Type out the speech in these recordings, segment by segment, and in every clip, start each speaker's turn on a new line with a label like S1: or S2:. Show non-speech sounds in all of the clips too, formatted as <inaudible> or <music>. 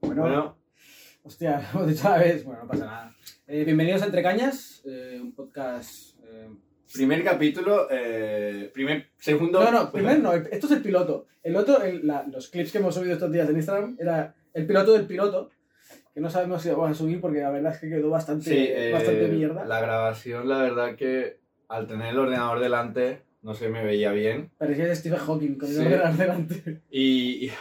S1: Bueno, hostia, <laughs> hemos dicho a la vez. Bueno, no pasa nada. Eh, bienvenidos a Entre Cañas, eh, un podcast. eh,
S2: primer capítulo, eh, primer, segundo.
S1: No, no, primero no, el- esto es el piloto. El otro, el- la- los clips que hemos subido estos días en Instagram era el piloto del piloto, que no sabemos si lo vamos a subir porque la verdad es que quedó bastante,
S2: Sí, eh,
S1: bastante mierda.
S2: La grabación, la verdad que al tener el ordenador delante, no se me veía bien.
S1: Parecía Stephen Hawking con el
S2: Sí.
S1: ordenador delante.
S2: Y. <laughs> y-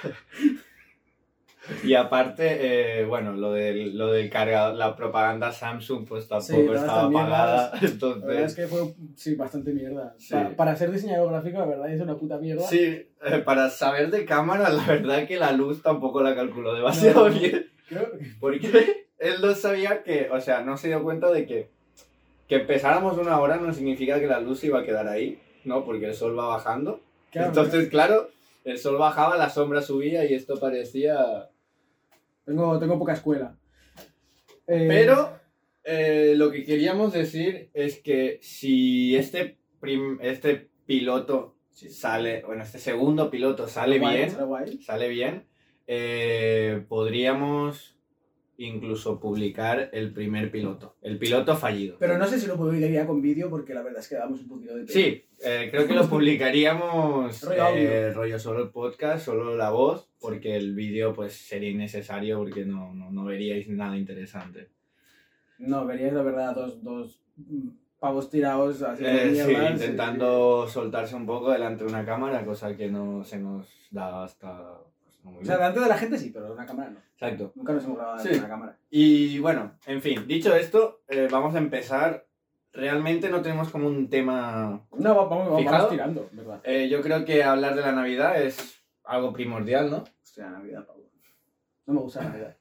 S2: y aparte, eh, bueno, lo del, lo del cargador, la propaganda Samsung pues tampoco
S1: todas
S2: estaba
S1: también
S2: apagada,
S1: La verdad es
S2: entonces...
S1: que fue, sí, bastante mierda.
S2: Sí.
S1: Pa- para ser diseñador gráfico, la verdad es una puta mierda.
S2: Sí, eh, para saber de cámara, la verdad que la luz tampoco la calculó demasiado
S1: No.
S2: bien.
S1: Creo-
S2: Porque <laughs> él no sabía que, o sea, no se dio cuenta de que que empezáramos una hora no significa que la luz se iba a quedar ahí, ¿no? Porque el sol va bajando.
S1: claro,
S2: Entonces, claro, el sol bajaba, la sombra subía y esto parecía...
S1: tengo, tengo poca escuela. Eh,
S2: Pero eh, lo que queríamos decir es que si este, prim- este piloto sale, bueno, este segundo piloto sale
S1: guay,
S2: bien,
S1: está guay.
S2: sale bien, eh, podríamos incluso publicar el primer piloto, el piloto fallido.
S1: Pero no sé si lo publicaría con vídeo porque la verdad es que damos un poquito de pena.
S2: Sí, eh,
S1: <laughs>
S2: creo que lo publicaríamos
S1: Rollo audio.
S2: eh, rollo solo el podcast, solo la voz, porque el vídeo pues sería innecesario porque no, no, no veríais nada interesante.
S1: No, veríais la verdad dos, dos mm, pavos tirados así de
S2: Eh, sí,
S1: mierda, sí,
S2: intentando soltarse un poco delante de una cámara, cosa que no se nos da hasta... pues, no
S1: sí.
S2: muy
S1: O sea,
S2: bien.
S1: delante de la gente sí, pero una cámara no.
S2: Exacto.
S1: Nunca nos hemos grabado
S2: Sí.
S1: en una cámara.
S2: Y bueno, en fin, dicho esto, eh, vamos a empezar. Realmente no tenemos como un tema...
S1: No, va- vamos, vamos,
S2: ¿Fijado?
S1: tirando, ¿verdad?
S2: Eh, yo creo que hablar de la Navidad es algo primordial, ¿no?
S1: Hostia, Navidad, pavo. No me gusta la Navidad.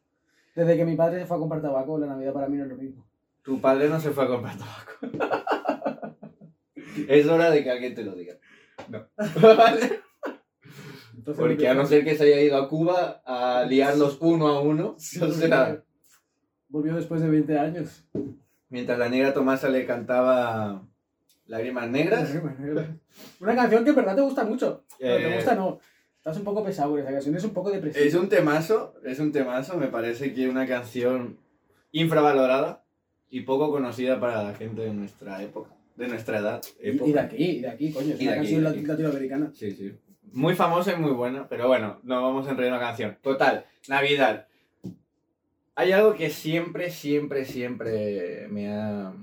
S1: Desde que mi padre se fue a comprar tabaco, la Navidad para mí no es lo mismo.
S2: Tu padre no se fue a comprar tabaco. <laughs> es hora de que alguien te lo diga. No. <laughs> ¿Vale?
S1: Entonces, mi-
S2: Porque a no ser que se haya ido a Cuba a liarlos uno a uno.
S1: Sí,
S2: o sea,
S1: Volvió después de 20 años.
S2: mientras la negra Tomasa le cantaba
S1: <laughs>
S2: Lágrimas Negras.
S1: Una canción que en verdad te gusta mucho. Pero te
S2: eh,
S1: gusta no. Estás un poco pesado con esa canción, es un poco depresiva.
S2: Es un temazo, es un temazo, me parece que una canción infravalorada y poco conocida para la gente de nuestra época, de nuestra edad.
S1: Y, y de
S2: Época.
S1: aquí, y de aquí, coño. Es
S2: Y de
S1: una
S2: aquí,
S1: canción
S2: de aquí.
S1: lati- latinoamericana.
S2: Sí, sí. Muy famosa y muy buena, pero bueno, no vamos a enredar una canción. Total, Navidad. Hay algo que siempre, siempre, siempre me ha,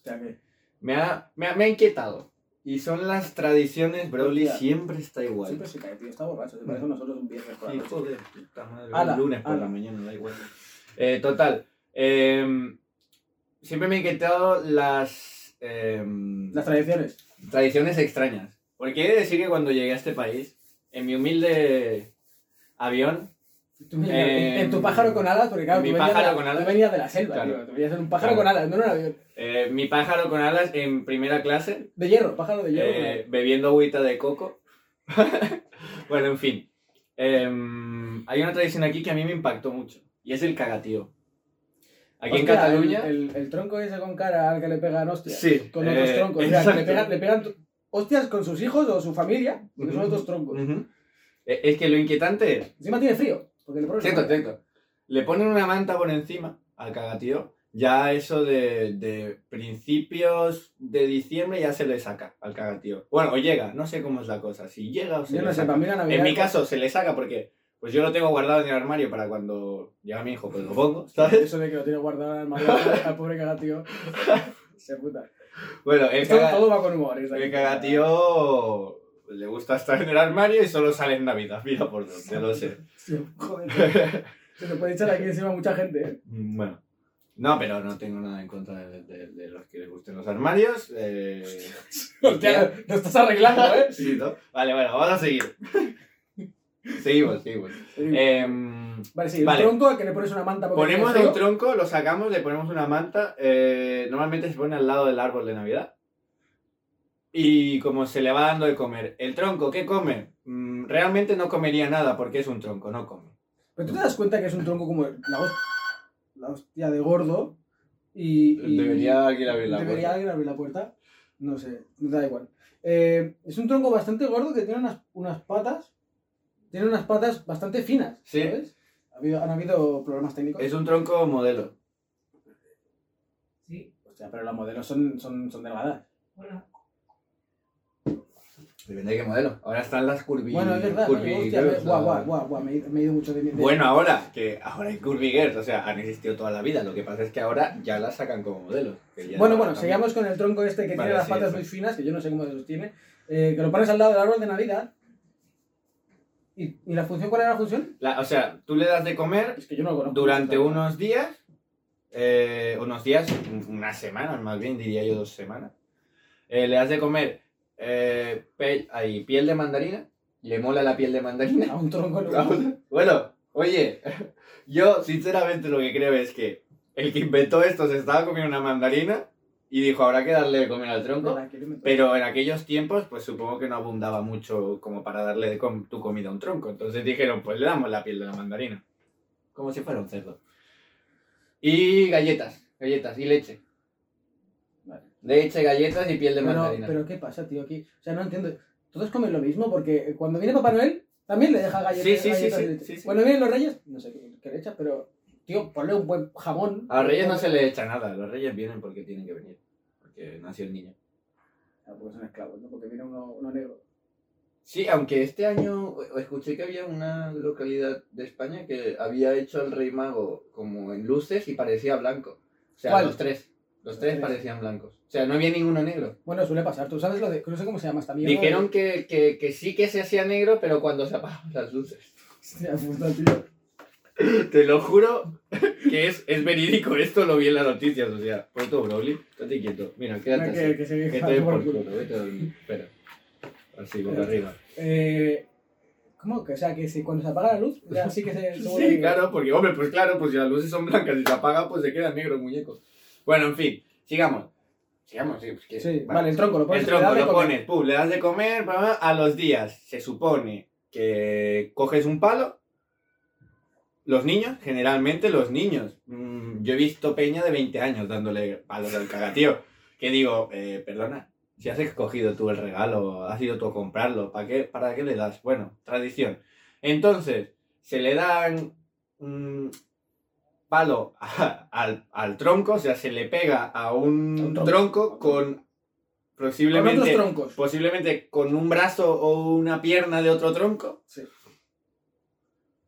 S1: O sea que.
S2: me ha, me ha, me ha inquietado. Y son las tradiciones, Broly
S1: Hostia.
S2: siempre está igual.
S1: Siempre se cae, tío. Está borracho.
S2: Mm.
S1: Se parece a nosotros un viernes por la noche.
S2: Hijo de puta madre,
S1: Ala,
S2: un lunes por
S1: ala.
S2: la mañana, da igual. Eh, total, em, siempre me he inquietado las em,
S1: Las tradiciones.
S2: tradiciones extrañas. Porque he de decir que cuando llegué a este país, en mi humilde avión,
S1: Tú venías-
S2: Eh,
S1: en tu pájaro con alas, porque claro,
S2: mi
S1: tú, venías
S2: pájaro
S1: de la,
S2: con alas.
S1: tú venías de la selva,
S2: Claro.
S1: tío. Tú venías en un pájaro
S2: Claro.
S1: con alas, no en un avión.
S2: eh, mi pájaro con alas en primera clase,
S1: De hierro, pájaro de hierro.
S2: eh, bebiendo agüita de coco. <laughs> bueno, en fin. Em, hay una tradición aquí que a mí me impactó mucho, y es el cagatío. Aquí en
S1: Hostia,
S2: Cataluña...
S1: El, el- el tronco ese con cara al que le pegan hostias.
S2: Sí,
S1: Con otros
S2: eh,
S1: troncos. O sea, que le
S2: exacto.
S1: pegan, le pegan t- hostias con sus hijos o su familia, porque son
S2: Ujú.
S1: otros troncos.
S2: Ujú. Eh, Es que lo inquietante es.
S1: Encima tiene frío, porque le ponen-
S2: Cierto, cierto. Le ponen una manta por encima al cagatío. Ya eso de, de principios de diciembre ya se le saca al cagatío. Bueno, o llega, no sé cómo es la cosa. Si llega o se
S1: Yo
S2: le
S1: no sé,
S2: saca.
S1: para mí la Navidad.
S2: En mi caso se le saca porque pues yo lo tengo guardado en el armario para cuando llega mi hijo, pues lo pongo, ¿sabes?
S1: Eso de que lo tiene guardado en el armario
S2: <laughs>
S1: al pobre cagatío. Se puta.
S2: Bueno, el,
S1: Esto
S2: caga-
S1: todo va con humor. ¿eh? esta
S2: el
S1: gente.
S2: cagatío le gusta estar en el armario y solo sale en Navidad. Mira por dónde, lo sé.
S1: <laughs> Sí, joder. Se lo puede echar aquí encima a mucha gente. ¿eh?
S2: Mm, Bueno. No, pero no tengo nada en contra de, de- de los que les gusten los armarios.
S1: <laughs>
S2: eh,
S1: Hostia, lo estás arreglando, ¿eh?
S2: <laughs> sí, ¿no? Vale, bueno, vamos a seguir. <laughs> Seguimos, seguimos. Em,
S1: Eh, vale, sí, el
S2: vale.
S1: tronco al que le pones una manta. porque
S2: ponemos
S1: tiene
S2: un
S1: frío.
S2: tronco, lo sacamos, le ponemos una manta. eh, normalmente se pone al lado del árbol de Navidad. Y como se le va dando de comer. ¿El tronco qué come? Mm, realmente no comería nada porque es un tronco, no come.
S1: Pero tú te das cuenta que es un tronco como la, hos- la hostia de gordo. Y, y-
S2: alguien
S1: ¿Debería alguien abrir la puerta? No sé, me da igual. Eh, es un tronco bastante gordo que tiene unas, unas patas. Tiene unas patas bastante finas.
S2: Sí.
S1: ¿sabes? ¿Ha habido- ¿Han habido problemas técnicos?
S2: Es un tronco modelo.
S3: Sí,
S1: Hostia, pero los modelos son, son, son delgadas.
S3: bueno.
S2: Depende de qué modelo. Ahora están las curvi...
S1: bueno, es verdad. ¿no?
S2: curvi
S1: Hostia,
S2: girls,
S1: guau,
S2: la-
S1: guau, guau, guau, me, he ido- me he ido mucho de mi... de-
S2: Bueno, ahora, que ahora hay curvy girls, o sea, han existido toda la vida. Lo que pasa es que ahora ya las sacan como modelo. que ya
S1: Bueno,
S2: la-
S1: bueno,
S2: también.
S1: sigamos con el tronco este que
S2: Vale,
S1: tiene las
S2: sí,
S1: patas
S2: eso.
S1: muy finas, que yo no sé cómo se sostiene, eh, que lo pones al lado del árbol de Navidad. ¿Y, y la función cuál era la función?
S2: La- o sea, tú le das de comer
S1: Es que yo no lo conozco.
S2: durante unos días, eh, unos días, un- unas semanas más bien, diría yo dos semanas. Eh, le das de comer eh, pe- ahí, piel de mandarina, le mola la piel de
S1: <laughs>
S2: mandarina.
S1: A un
S2: <laughs>
S1: tronco no.
S2: Bueno, oye, <laughs> yo sinceramente lo que creo es que el que inventó esto se estaba comiendo una mandarina y dijo habrá que darle de comer al tronco.
S1: Espera, que yo me-
S2: Pero en aquellos tiempos, pues supongo que no abundaba mucho como para darle de com- tu comida a un tronco. Entonces dijeron, pues le damos la piel de la mandarina. Como si fuera un cerdo. Y galletas, galletas y leche.
S1: Vale.
S2: Leche, galletas y piel de
S1: Pero,
S2: mandarina.
S1: pero ¿qué pasa, tío? Aquí, o sea, no entiendo. Todos comen lo mismo porque eh, cuando viene Papá Noel también le deja galletas.
S2: Sí, sí, sí,
S1: galletas
S2: sí,
S1: de leche.
S2: sí, sí.
S1: Cuando vienen los Reyes, no sé qué, qué le echas, pero, tío, ponle un buen jamón.
S2: A los reyes no se le echa nada. Los reyes vienen porque tienen que venir. Porque nació el niño.
S1: Ah, porque son esclavos, ¿no? Porque viene uno, uno negro.
S2: Sí, aunque este año eh, escuché que había una localidad de España que había hecho al Rey Mago como en luces y parecía blanco. O sea,
S1: ¿Cuál?
S2: los tres. Los
S1: Los
S2: tres
S1: tres.
S2: parecían blancos. O sea, no había ninguno negro.
S1: Bueno, suele pasar. Tú sabes lo de. No sé cómo se llama esta mierda. <laughs>
S2: Dijeron que, que, que sí que se hacía negro, pero cuando se apagaban las luces.
S1: Hostia puta, pues, <laughs> tío.
S2: Te lo juro que es, es verídico. Esto lo vi en las noticias. O sea, por todo, Broly. Estate quieto. Mira, quédate
S1: Mira
S2: así.
S1: que, que se
S2: Que te den por culo. Vete a dormir. Espera. Así, boca arriba.
S1: Eh, ¿Cómo? Que, o sea, que si cuando se apaga la luz, <laughs> ya sí que se. se vuelve-
S2: Sí, claro, porque, hombre, pues claro, pues si las luces son blancas y se apaga, pues se queda negro el muñeco. Bueno, en fin, sigamos. Sigamos, sí, pues que-
S1: Sí, vale, el tronco lo pones.
S2: El tronco
S1: le das
S2: lo
S1: de comer.
S2: pones, pum, le das de comer, bla, bla, a los días se supone que coges un palo. Los niños, generalmente los niños. Mm, yo he visto peña de 20 años dándole palos al cagatío. Que digo, eh, perdona, si has escogido tú el regalo, has ido tú a comprarlo, ¿para qué, ¿para qué le das? Bueno, tradición. Entonces, se le dan mm, palo <laughs> a- al, al tronco, o sea, se le pega a un,
S1: A un
S2: tronco,
S1: tronco.
S2: con
S1: Con otros
S2: posiblemente,
S1: troncos.
S2: posiblemente con un brazo o una pierna de otro tronco
S1: Sí.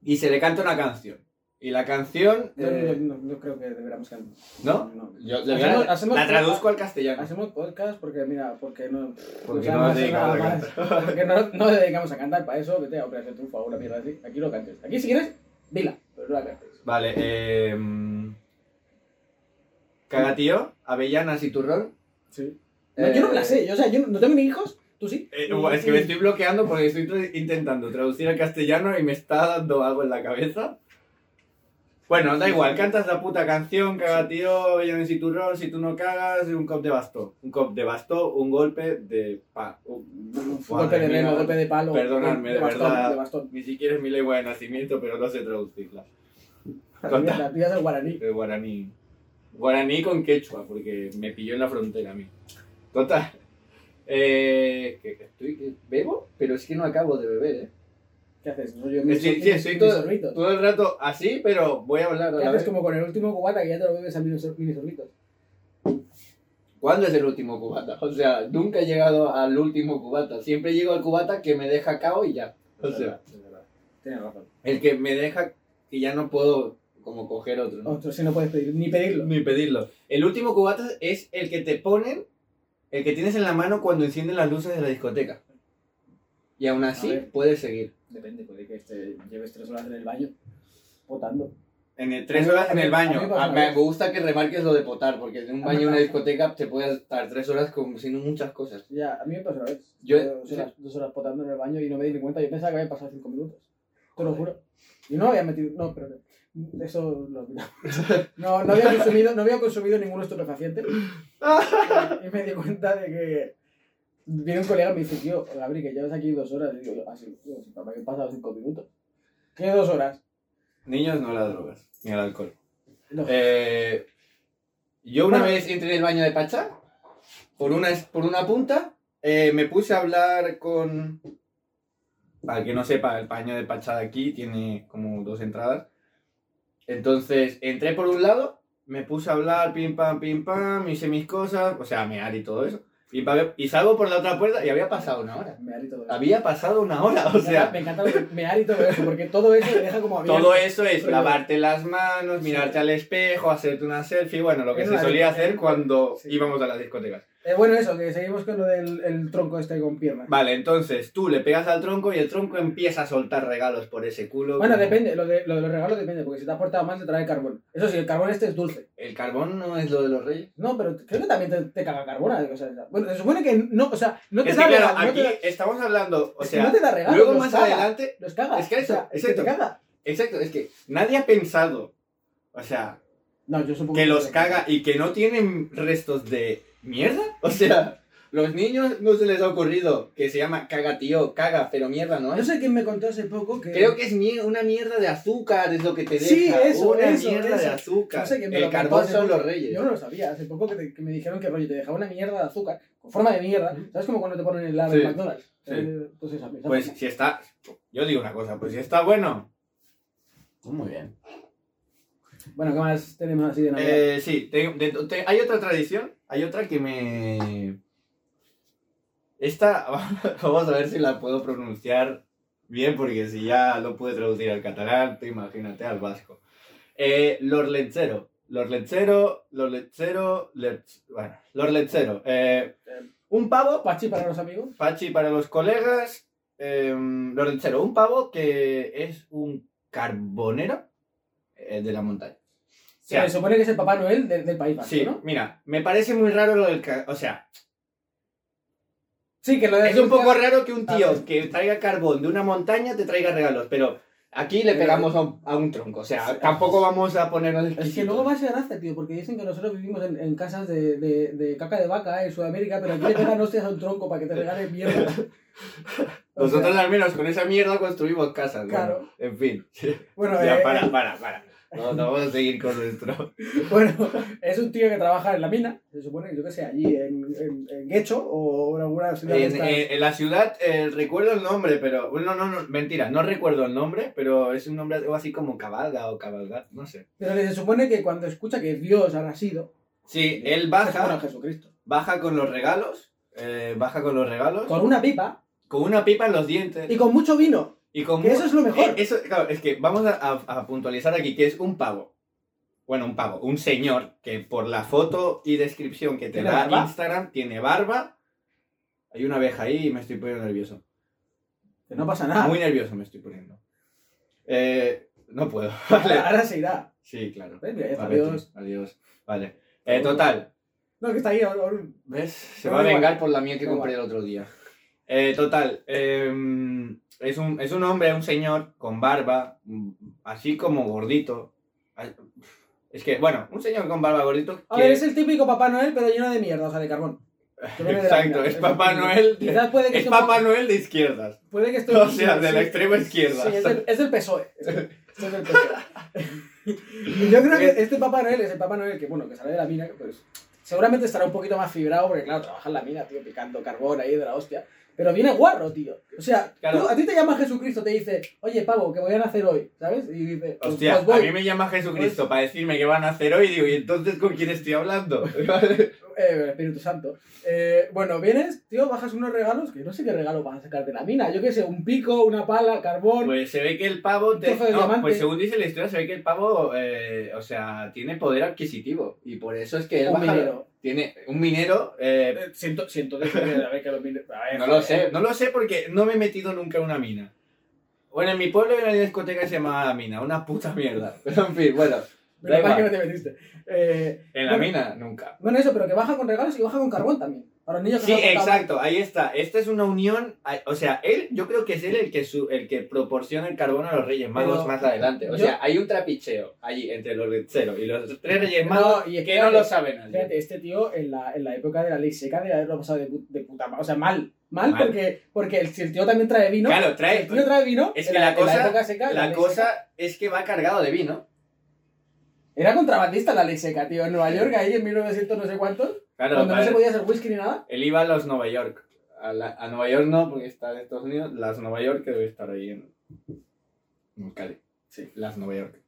S2: y se le canta una canción. Y la canción...
S1: Yo
S2: eh,
S1: no, no creo que deberíamos cantar.
S2: ¿No?
S1: No.
S2: Yo- la,
S1: Hacemos-
S2: la
S1: hacemos-
S2: traduzco al castellano.
S1: Hacemos podcast porque, mira, porque no.
S2: Porque
S1: o sea,
S2: no nos
S1: hace
S2: dedicamos
S1: nada
S2: a
S1: más.
S2: cantar.
S1: Porque no, no nos dedicamos a cantar para eso. Vete a Operación Triunfo o una mierda así. Aquí lo cantes. Aquí, si quieres, dila, pero no la cantes.
S2: Vale, eh... Cagatío, avellanas y turrón.
S1: Sí. Eh, No, yo no me la sé. Yo, o sea, yo no- no tengo ni hijos. ¿Tú sí?
S2: Eh, bueno, es que me estoy bloqueando porque estoy tra- intentando traducir al castellano y me está dando algo en la cabeza. Bueno, da igual, cantas la puta canción, caga tío, en si turrón, si tú no cagas, un cop de bastó. Un cop de bastó, un golpe de pa. un-
S1: Un
S2: Madre
S1: golpe de remo,
S2: mía.
S1: golpe de palo. eh,
S2: Perdonadme, de
S1: bastón,
S2: verdad.
S1: De bastón.
S2: Ni siquiera es mi lengua de nacimiento, pero no sé traducirla. Conta.
S1: La pillas al guaraní.
S2: De guaraní. Guaraní con quechua, porque me pilló en la frontera a mí. Total. Eh, que que estoy, que bebo, pero es que no acabo de beber, eh.
S1: ¿Qué haces? No, yo
S2: Sí, sí, estoy todo,
S1: sorbitos.
S2: todo el rato así, pero voy a hablar. a
S1: ¿Qué
S2: la
S1: haces
S2: vez.
S1: como con el último cubata que ya te lo bebes a mini sor- mini sorbitos?
S2: ¿Cuándo es el último cubata? O sea, nunca he llegado al último cubata. Siempre llego al cubata que me deja cao y ya. O sea,
S1: Tienes razón.
S2: el que me deja y ya no puedo como coger otro. ¿no?
S1: Ostras, si no puedes pedir, ni pedirlo.
S2: Ni pedirlo. El último cubata es el que te ponen, el que tienes en la mano cuando encienden las luces de la discoteca. Y aún
S1: A
S2: así
S1: ver.
S2: puedes seguir.
S1: Depende, puede que este- lleves tres horas en el baño potando.
S2: En el,
S1: tres horas en el baño.
S2: Ah, me me gusta que remarques lo de potar, porque en un
S1: A
S2: baño
S1: mí
S2: en una
S1: me-
S2: discoteca te puedes estar tres horas como haciendo muchas cosas.
S1: Ya, a mí me pasó una vez.
S2: Yo-
S1: dos, horas, dos horas potando en el baño y no me di ni cuenta. Yo pensaba que había pasado cinco minutos. Te lo juro. Y no había metido. No, pero. Eso lo olvidaba. <laughs> No, no había consumido, no había consumido ningún estupefaciente. Y me di cuenta de que. Viene un colega y me dice, tío, Gabriel, que llevas aquí dos horas. Y digo, yo, así, tío, si papá, que han pasado cinco minutos. ¿Qué dos horas?
S2: Niños no las drogas, ni el alcohol.
S1: No.
S2: Eh, yo una
S1: Bueno.
S2: vez entré en el baño de Pachá, por una, por una punta, eh, me puse a hablar con... Al que no sepa, el baño de Pachá de aquí tiene como dos entradas. Entonces entré por un lado, me puse a hablar, pim pam, pim pam, hice mis cosas, o sea, a mear y todo eso. Y, pa- y salgo por la otra puerta y había pasado una hora.
S1: Mear y todo eso.
S2: Había pasado una hora,
S1: Me
S2: o
S1: encanta-
S2: sea.
S1: Me encanta lo de mear y todo eso, porque todo eso te deja como abierto.
S2: Todo eso es
S1: Pero-
S2: lavarte las manos, mirarte
S1: Sí.
S2: al espejo, hacerte una selfie, bueno, lo que
S1: Es
S2: se
S1: una-
S2: solía hacer cuando
S1: Sí.
S2: íbamos a las discotecas.
S1: Eh, bueno, eso, que seguimos con lo del el tronco este con piernas.
S2: Vale, entonces tú le pegas al tronco y el tronco empieza a soltar regalos por ese culo.
S1: Bueno,
S2: como-
S1: depende, lo de, lo de los regalos depende, porque si te has portado mal te trae carbón. Eso sí, el carbón este es dulce.
S2: El carbón no es lo de los reyes.
S1: No, pero creo que también te, te caga carbona. O sea, bueno, se supone que no, o sea, no te
S2: es
S1: da
S2: que claro,
S1: regalo. no
S2: aquí
S1: te da-
S2: estamos hablando, o
S1: es que
S2: sea,
S1: no te da regalo.
S2: luego
S1: los
S2: más
S1: caga,
S2: adelante,
S1: Los caga.
S2: Es que
S1: o sea,
S2: eso,
S1: es que te
S2: exacto.
S1: caga.
S2: exacto, es que nadie ha pensado, o sea,
S1: No, yo supongo
S2: que los caga y que no tienen restos de mierda, o sea, los niños no se les ha ocurrido que se llama caga tío, caga, pero mierda no
S1: No
S2: es.
S1: sé quién me contó hace poco que.
S2: Creo que es mie- una mierda de azúcar, es lo que te deja.
S1: Sí, eso,
S2: una
S1: eso,
S2: mierda de
S1: eso.
S2: azúcar.
S1: No sé quién me
S2: el
S1: lo contó
S2: carbón
S1: hace
S2: son
S1: poco.
S2: los reyes.
S1: Yo no lo sabía, hace poco que, te- que me dijeron que rollo te dejaba una mierda de azúcar, con forma de mierda.
S2: Ujú.
S1: ¿Sabes como cuando te ponen helado
S2: Sí,
S1: en McDonald's?
S2: sí.
S1: Eh, Pues esa mierda.
S2: Pues si está. Yo digo una cosa, pues si está bueno. Pues Muy bien.
S1: Bueno, ¿qué más tenemos así de Navidad?
S2: Eh, sí, te- de- te- hay otra tradición. Hay otra que me. Esta. <laughs> Vamos a ver si la puedo pronunciar bien, porque si ya lo pude traducir al catalán, tú imagínate al vasco. Eh, l'orletzero. L'orletzero, l'orletzero, letz- bueno, l'orletzero. Eh, un pavo
S1: Pachi para los amigos.
S2: Pachi para los colegas. Eh, Lorencero, un pavo que es un carbonero eh, de la montaña. O sea,
S1: Se supone que es el Papá Noel de- del País Vasco,
S2: sí,
S1: ¿no?
S2: mira, me parece muy raro lo del... ca- O sea,
S1: Sí, que lo de
S2: es un poco raro que un
S1: A
S2: tío
S1: ver.
S2: que traiga carbón de una montaña te traiga regalos, pero aquí le
S1: Eh,
S2: pegamos a un, a un tronco. O sea,
S1: sí.
S2: tampoco vamos a ponernos...
S1: Es que
S2: exquisitos.
S1: luego va a ser gracia, tío, porque dicen que nosotros vivimos en, en casas de, de, de caca de vaca eh, en Sudamérica, pero aquí te pegan hostias a un tronco para que te regalen mierda. O
S2: <laughs> Nosotros
S1: sea,
S2: al menos con esa mierda construimos casas. ¿no?
S1: Claro.
S2: En fin.
S1: bueno,
S2: Ya,
S1: eh,
S2: para, para, para. No, no vamos a seguir con nuestro...
S1: <laughs> Bueno, es un tío que trabaja en la mina, se supone, yo que sé, allí en, en, en Guecho o en alguna ciudad de
S2: En,
S1: estas.
S2: eh, en la ciudad eh, recuerdo el nombre, pero. bueno, No, no, no, mentira, no recuerdo el nombre, pero es un nombre algo así como cabalga o cabalgat, no sé.
S1: Pero que se supone que cuando escucha que Dios ha nacido,
S2: Sí, él
S1: bueno,
S2: baja,
S1: Jesucristo,
S2: baja con los regalos, eh, baja con los regalos,
S1: con una pipa
S2: con una pipa en los dientes.
S1: y con mucho vino.
S2: Y con
S1: que
S2: mu-
S1: eso es lo mejor.
S2: Eh, eso, claro, es que vamos a, a- a puntualizar aquí que es un pavo. Bueno, un pavo, un señor que por la foto y descripción que te
S1: ¿Tiene
S2: da
S1: barba?
S2: Instagram tiene barba. Hay una abeja ahí y me estoy poniendo nervioso.
S1: Que no pasa nada.
S2: Muy nervioso me estoy poniendo. Eh, no puedo. <laughs>
S1: Ahora,
S2: Vale.
S1: ahora se irá.
S2: Sí, claro.
S1: ¿Ves? Mira, ya está
S2: Vale, tú.
S1: Dios.
S2: Adiós. Vale. Eh, total.
S1: No, que está ahí. ahora- ahora-
S2: ¿Ves? Se
S1: Pero
S2: va a
S1: da igual.
S2: vengar por la mía que
S1: Da
S2: compré el otro día. Eh, total. eh, es, un, es un hombre, un señor con barba, mm, así como gordito. Ay, Es que, bueno, un señor con barba gordito.
S1: A
S2: que-
S1: ver, es el típico Papá Noel, pero lleno de mierda, o sea, de carbón. Que viene de la
S2: Exacto,
S1: mina.
S2: es Papá Noel. de-
S1: Quizás puede que
S2: Es
S1: esté un poco-
S2: Papá Noel de izquierdas.
S1: Puede que esté un
S2: <laughs> O
S1: poco-
S2: sea, de la
S1: sí.
S2: extrema izquierda.
S1: Sí, es del, es del PSOE. Este es del PSOE. Y <laughs> Yo creo que este Papá Noel es el Papá Noel que, bueno, que sale de la mina, que, pues seguramente estará un poquito más fibrado porque, claro, trabaja en la mina, tío, picando carbón ahí de la hostia. Pero viene guarro, tío. O sea,
S2: Claro.
S1: tú- a ti te llama Jesucristo, te dice, oye, pavo, que voy a nacer hoy, ¿sabes? Y dice, pues,
S2: Hostia,
S1: pues voy.
S2: a mí me llama Jesucristo para decirme que van a hacer hoy, digo, ¿y entonces con quién estoy hablando?
S1: Eh, Espíritu Santo. Eh, bueno, vienes, tío, bajas unos regalos, que no sé qué regalo vas a sacar de la mina. Yo qué sé, un pico, una pala, carbón.
S2: pues se ve que el pavo... Te...
S1: trozo de
S2: no,
S1: diamante.
S2: pues según dice la historia, se ve que el pavo, eh, o sea, tiene poder adquisitivo. Y por eso es que él
S1: un
S2: baja-
S1: minero.
S2: Tiene un minero... eh,
S1: Eh, Siento, siento que a ver que los mineros. a ver,
S2: no lo
S1: joder.
S2: sé, no lo sé porque no me he metido nunca en una mina. Bueno, en mi pueblo había una discoteca que se llamaba La Mina, una puta mierda. Pero en fin, bueno, Da
S1: Menos mal que no
S2: igual.
S1: te <laughs> metiste. Eh,
S2: en la
S1: Bueno.
S2: mina nunca.
S1: bueno, eso, pero que baja con regalos y baja con carbón también. Para los niños que
S2: Sí,
S1: no han portado-
S2: exacto, ahí está. Esta es una unión, a- o sea, él, yo creo que es él el que su- el que proporciona el carbono a los Reyes Magos
S1: Pero
S2: más adelante. O
S1: yo-
S2: sea, hay un trapicheo allí entre los Reyes y los tres Reyes
S1: No,
S2: Magos
S1: y
S2: que
S1: espérate,
S2: no lo saben
S1: Fíjate, este tío en la, en la época de la ley seca de haberlo pasado de, pu- de puta madre. O sea, mal. Mal,
S2: Mal.
S1: porque, porque el, si el tío también trae vino.
S2: Claro,
S1: si el
S2: trae.
S1: tío trae vino.
S2: Es
S1: en
S2: que la
S1: en
S2: cosa-
S1: época seca, en
S2: La
S1: ley seca-
S2: cosa es que va cargado de vino.
S1: Era contrabandista la ley seca, tío. En Nueva York, ahí en 1900 no sé cuántos.
S2: Claro,
S1: cuando no
S2: para-
S1: se podía hacer whisky ni nada.
S2: él iba a los Nueva York. A, la- a Nueva York no, porque está en Estados Unidos. Las Nueva York que debe estar ahí en. en Cali.
S1: Sí.
S2: Las Nueva York.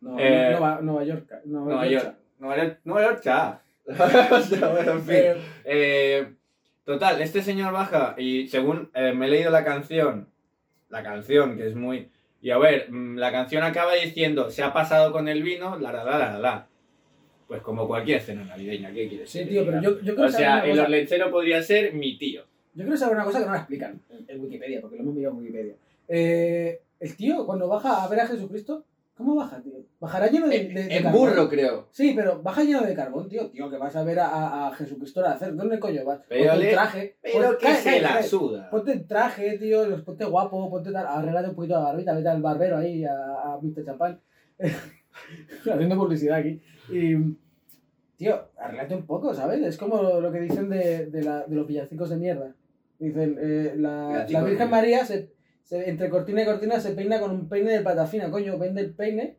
S1: No,
S2: Eh,
S1: no, Nueva, Nueva York. Nueva,
S2: Nueva
S1: York.
S2: York. Nueva York, Nueva York, ya. <laughs> O sea, bueno, en fin.
S1: Eh,
S2: Eh, total, este señor baja y según eh, me he leído la canción, la canción que es muy... Y a ver, mm, la canción acaba diciendo, se ha pasado con el vino, la la la la la. Pues como cualquier cena navideña, ¿qué quieres?
S1: sí,
S2: que
S1: tío,
S2: diga?
S1: pero yo, yo creo
S2: O
S1: que saber
S2: sea,
S1: una
S2: el
S1: cosa-
S2: orlechero podría ser mi tío.
S1: Yo quiero saber una cosa que no la explican en Wikipedia, porque lo hemos mirado en Wikipedia. Eh, el tío, cuando baja a ver a Jesucristo, ¿cómo baja, tío? Bajará lleno de, de- de
S2: En
S1: carbón.
S2: burro, creo.
S1: Sí, pero baja lleno de carbón, tío. Tío, que vas a ver a, a- a Jesucristo a hacer. ¿Dónde coño vas?
S2: Pero
S1: ponte
S2: le-
S1: el traje.
S2: Pero
S1: Pon-
S2: que
S1: cae,
S2: se
S1: cae,
S2: la
S1: cae.
S2: suda.
S1: Ponte el traje, tío, los ponte guapo, ponte tal, arreglate un poquito la barbita, vete al barbero ahí, a, a Mr. Champán. <laughs> Haciendo publicidad aquí. Y, tío, arreglate un poco, ¿sabes? Es como lo que dicen de, de, la- de los villancicos de mierda. Dicen, eh, la,
S2: Villancicos
S1: la
S2: de
S1: Virgen
S2: mierda.
S1: María, se, se- entre cortina y cortina, se peina con un peine de patafina, coño, vende el peine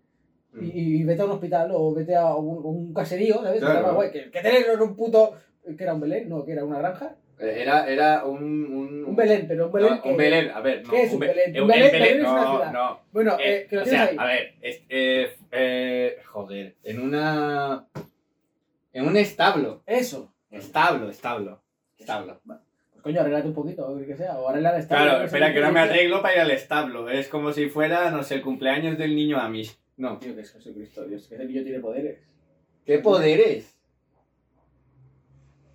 S2: Mm.
S1: y, y vete a un hospital o vete a un, un caserío, ¿sabes?
S2: Claro.
S1: Está más guay. Que, que tenerlo en un puto... que era un Belén? No, que era una granja.
S2: Eh, Era, era un... Un,
S1: Un Belén, pero un
S2: no,
S1: Belén
S2: Ah, un
S1: que-
S2: Belén, a ver, no.
S1: ¿Qué es un
S2: Be-
S1: Belén?
S2: eh,
S1: Un Belén-
S2: el Belén,
S1: Belén es una
S2: no,
S1: ciudad.
S2: no.
S1: Bueno,
S2: Eh,
S1: eh, que lo
S2: o
S1: tienes
S2: sea,
S1: ahí.
S2: a ver, es- eh, eh, joder, en una... En un establo.
S1: Eso.
S2: Establo, establo. Establo.
S1: Pues coño, arreglate un poquito, o lo que sea, o arregla la estancia,
S2: Claro,
S1: no sé,
S2: espera,
S1: un
S2: que ahora me
S1: poquito.
S2: arreglo para ir al establo. Es como si fuera, no sé, el cumpleaños del niño Amish. No.
S1: Tío, que es Jesucristo, Dios, que ese niño tiene poderes.
S2: ¿Qué poderes?